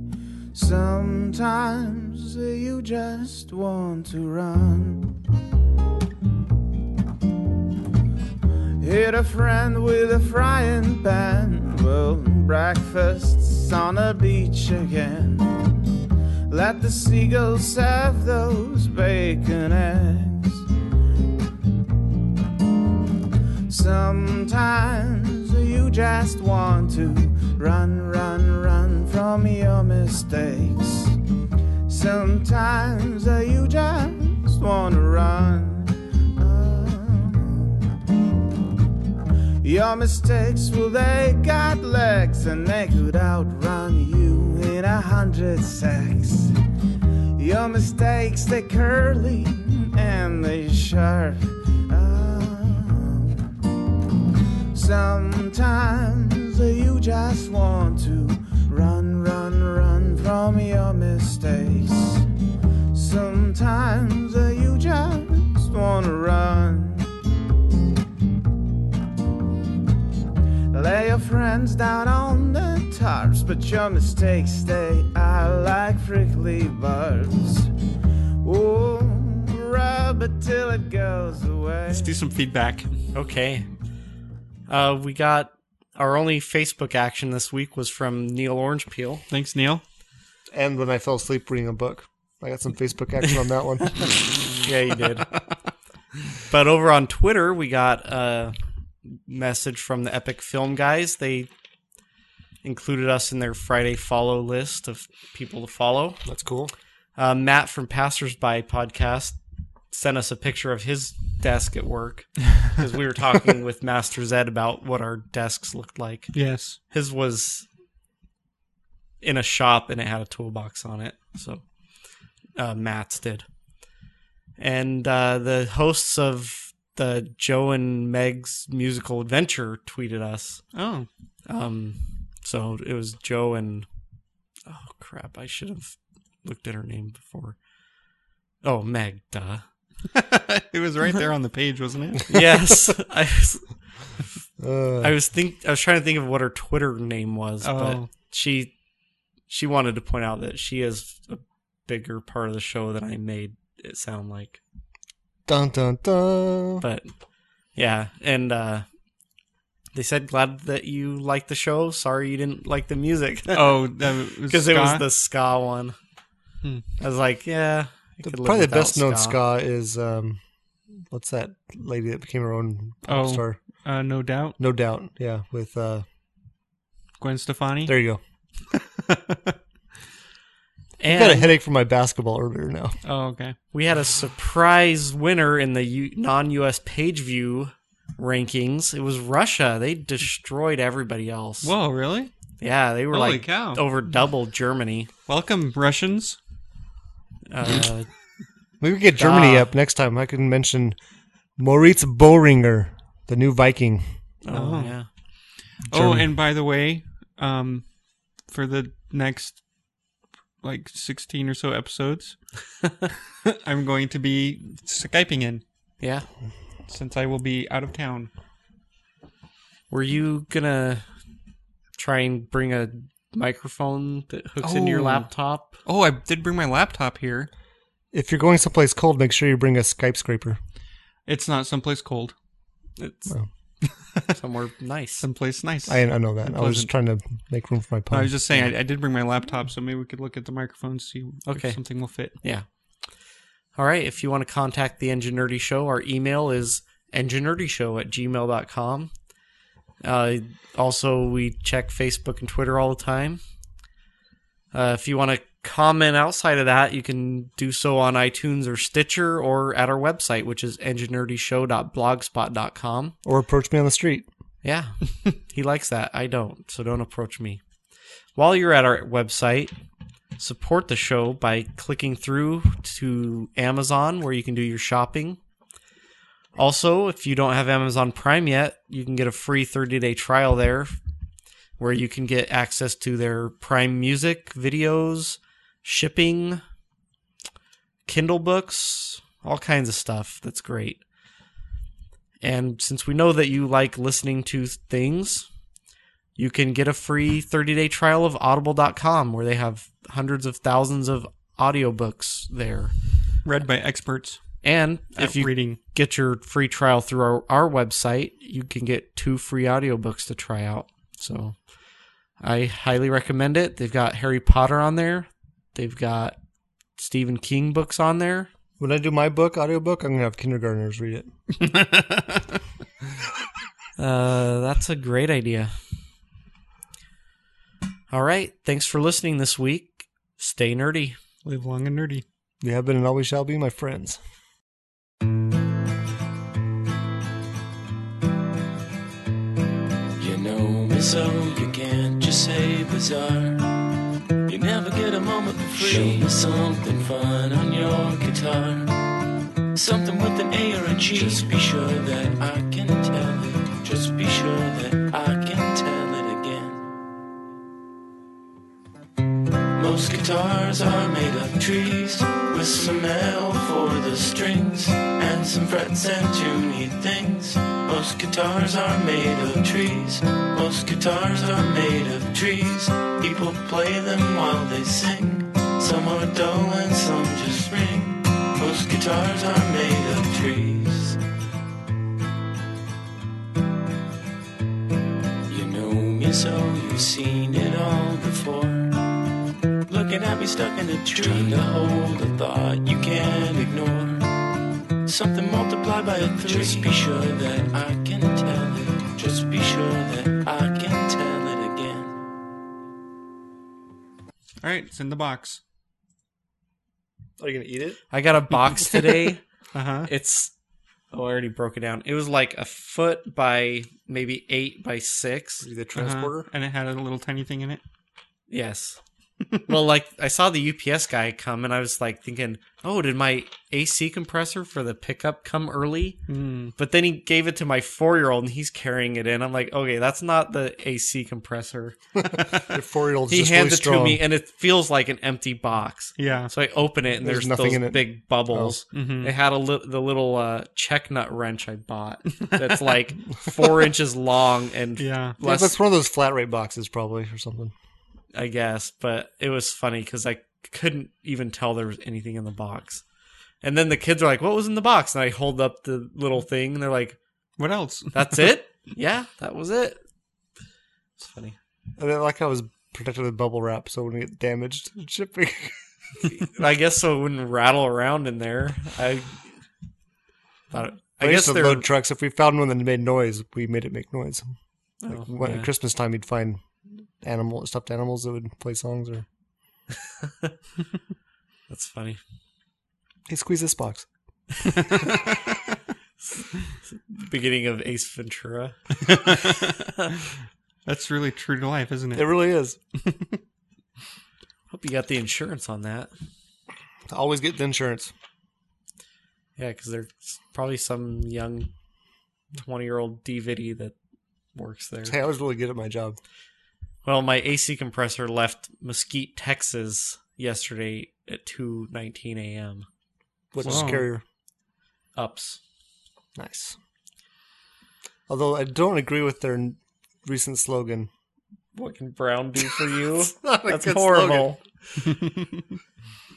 Sometimes you just want to run. Hit a friend with a frying pan. Well, breakfast's on a beach again. Let the seagulls have those bacon eggs. Sometimes you just want to run, run, run from your mistakes. Sometimes you just want to run. Oh. Your mistakes, well, they got legs and they could outrun you in a hundred secs. Your mistakes, they curly and they sharp. Oh. Sometimes you just want to run, run, run from your mistakes. Sometimes you just want to run. Lay your friends down on the tarps, but your mistakes, they are like prickly barbs. Oh, rub it till it goes away. Let's do some feedback. Okay. Uh, we got our only Facebook action this week was from Neil Orange Peel. Thanks, Neil. And when I fell asleep reading a book, I got some Facebook action on that one. Yeah, you did. but over on Twitter, we got a message from the Epic Film guys. They included us in their Friday follow list of people to follow. That's cool. Uh, Matt from Passersby podcast sent us a picture of his desk at work because we were talking with Master Zed about what our desks looked like. Yes. His was in a shop and it had a toolbox on it. So uh, Matt's did. And uh, the hosts of the Joe and Meg's musical adventure tweeted us. Oh, Um, so it was Joe and oh crap, I should have looked at her name before. Oh, Meg, duh. it was right there on the page, wasn't it? Yes, I was, Uh, I was think I was trying to think of what her Twitter name was, but Oh. she she wanted to point out that she is a bigger part of the show than I made it sound like. dun dun dun. But yeah, and uh They said, glad that you liked the show. Sorry you didn't like the music. Oh, that was Because it was ska? the ska one. I was like, yeah. I could live Probably Hmm. the without best known ska is um, what's that lady that became her own pop Oh. star? uh, no doubt No doubt. Yeah, with uh, Gwen Stefani. there you go. I And got a headache from my basketball earlier now. Oh, okay. we had a surprise winner in the U- non-US page view rankings. It was Russia. They destroyed everybody else. Whoa, really? Yeah, they were Holy like cow. over double Germany. Welcome, Russians. Uh, Maybe we get Germany Ah. up next time. I can mention Moritz Boringer, the new Viking. oh yeah. Oh, Germany. and by the way, um, for the next like sixteen or so episodes, I'm going to be skyping in Yeah. since I will be out of town. Were you gonna try and bring a microphone that hooks into your Oh. laptop? Oh, I did bring my laptop here. If you're going someplace cold, make sure you bring a Skype scraper. It's not someplace cold. It's Somewhere nice. someplace nice. I, I know that. I was just trying to make room for my I pun. was just saying, I, I did bring my laptop, so maybe we could look at the microphone, see Okay. if something will fit. Yeah. All right. If you want to contact the Engineerdy Show, our email is enginerdyshow at gmail.com. Uh, also, we check Facebook and Twitter all the time. Uh, if you want to comment outside of that, you can do so on iTunes or Stitcher or at our website, which is enginerdyshow.blogspot.com. or approach me on the street. Yeah, he likes that. I don't, so don't approach me. While you're at our website, support the show by clicking through to Amazon where you can do your shopping. Also, if you don't have Amazon Prime yet, you can get a free 30 day trial there where you can get access to their Prime music, videos, shipping, Kindle books, all kinds of stuff. That's great. And since we know that you like listening to things, you can get a free 30 day trial of audible.com where they have hundreds of thousands of audiobooks there. Read by experts And at if you reading. get your free trial through our, our website, you can get two free audiobooks to try out. So I highly recommend it. They've got Harry Potter on there, they've got Stephen King books on there. When I do my book, audiobook, I'm going to have kindergartners read it. Uh, that's a great idea. All right. Thanks for listening this week. Stay nerdy. Live long and nerdy. They have been and always shall be my friends. You know me so you can't just say bizarre. You never get a moment for free. Show me something fun on your guitar. Something with an A or a G. Just be sure that I can tell it. Just be sure that I can tell it again. Most guitars are made of trees with some L for the strings and some frets and tuney things. Most guitars are made of trees. Most guitars are made of trees. People play them while they sing. Some are dull and some just ring. Most guitars are made of trees. You know me so you've seen it all before. Looking at me stuck in a tree. Trying to hold a thought you can't ignore. Something multiplied by a three. Just be sure that I can tell it. Just be sure that I can tell it again. All right, it's in the box. Are you going to eat it? I got a box today. Uh huh. it's, oh, I already broke it down. It was like a foot by maybe eight by six. The transporter? Uh-huh. And it had a little tiny thing in it. Yes. well, like I saw the UPS guy come and I was like thinking, oh, did my AC compressor for the pickup come early? Mm. But then he gave it to my four year old and he's carrying it in. I'm like, okay, that's not the AC compressor. Your four year old's he just handed really it to strong. me and it feels like an empty box Yeah. so i open it and There's there's, nothing those in it. Oh. Mm-hmm. big bubbles they had a li- the little uh, check nut wrench i bought that's like four inches long and Yeah. Yeah, less that's one of those flat rate boxes, probably, or something. i guess but it was funny because i couldn't even tell there was anything in the box and then the kids are like what was in the box and i hold up the little thing and they're like What else? that's it yeah, that was it. It's funny. And I like how it was protected with bubble wrap, so it wouldn't get damaged in shipping. I guess so. It wouldn't rattle around in there. I thought. I guess the they're oh, load trucks. If we found one that made noise, we made it make noise. Like Oh, when, yeah. at Christmas time, you'd find animal stuffed animals that would play songs, or That's funny. hey, squeeze this box. Beginning of Ace Ventura. That's really true to life, isn't it? It really is. Hope you got the insurance on that. Always get the insurance. Yeah, because there's probably some young twenty-year-old DVD that works there. Hey, I was really good at my job. Well, my AC compressor left Mesquite, Texas, yesterday at two nineteen a.m. Which is Wow. carrier? Ups. Nice. Although I don't agree with their n- recent slogan. What can Brown do for you? Not a That's good horrible.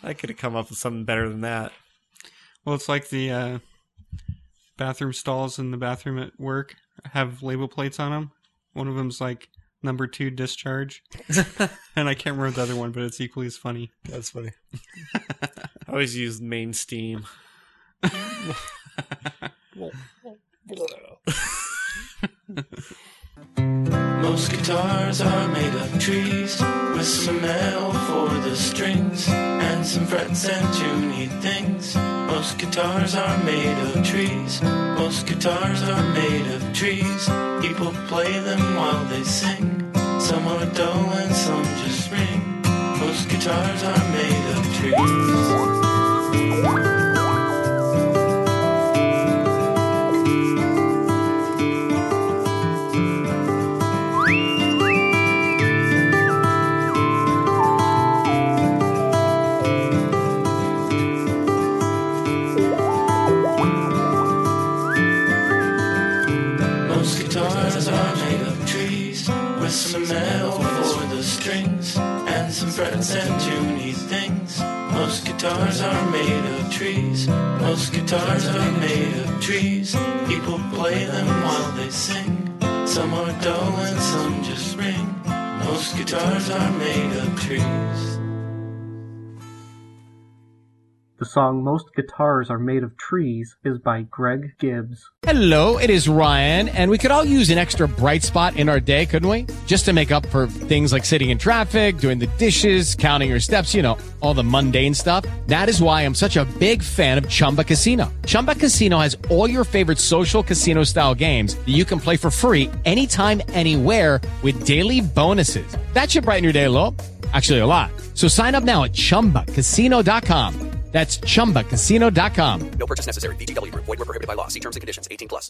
I could have come up with something better than that. Well, it's like the uh, bathroom stalls in the bathroom at work have label plates on them. One of them's like number two discharge, and I can't remember the other one, but it's equally as funny. slogan. That's funny. I always used main steam. Most guitars are made of trees with some metal for the strings and some frets and tuney things. Most guitars are made of trees. Most guitars are made of trees. People play them while they sing. Some are dull and some just ring. Most guitars are made of trees. Most guitars are made of trees with some metal for the strings and some frets and tuney things. Most guitars are made of trees. Most guitars are made of trees. People play them while they sing. Some are dull and some just ring. Most guitars are made of trees. The song Most Guitars Are Made of Trees is by Greg Gibbs. Hello, it is Ryan, and we could all use an extra bright spot in our day, couldn't we? Just to make up for things like sitting in traffic, doing the dishes, counting your steps, you know, all the mundane stuff. That is why I'm such a big fan of Chumba Casino. Chumba Casino has all your favorite social casino style games that you can play for free anytime, anywhere with daily bonuses. That should brighten your day a little. Actually, a lot. So sign up now at chumbacasino.com. That's chumbacasino.com. No purchase necessary. VGW Group. Void were prohibited by law. See terms and conditions. 18 plus.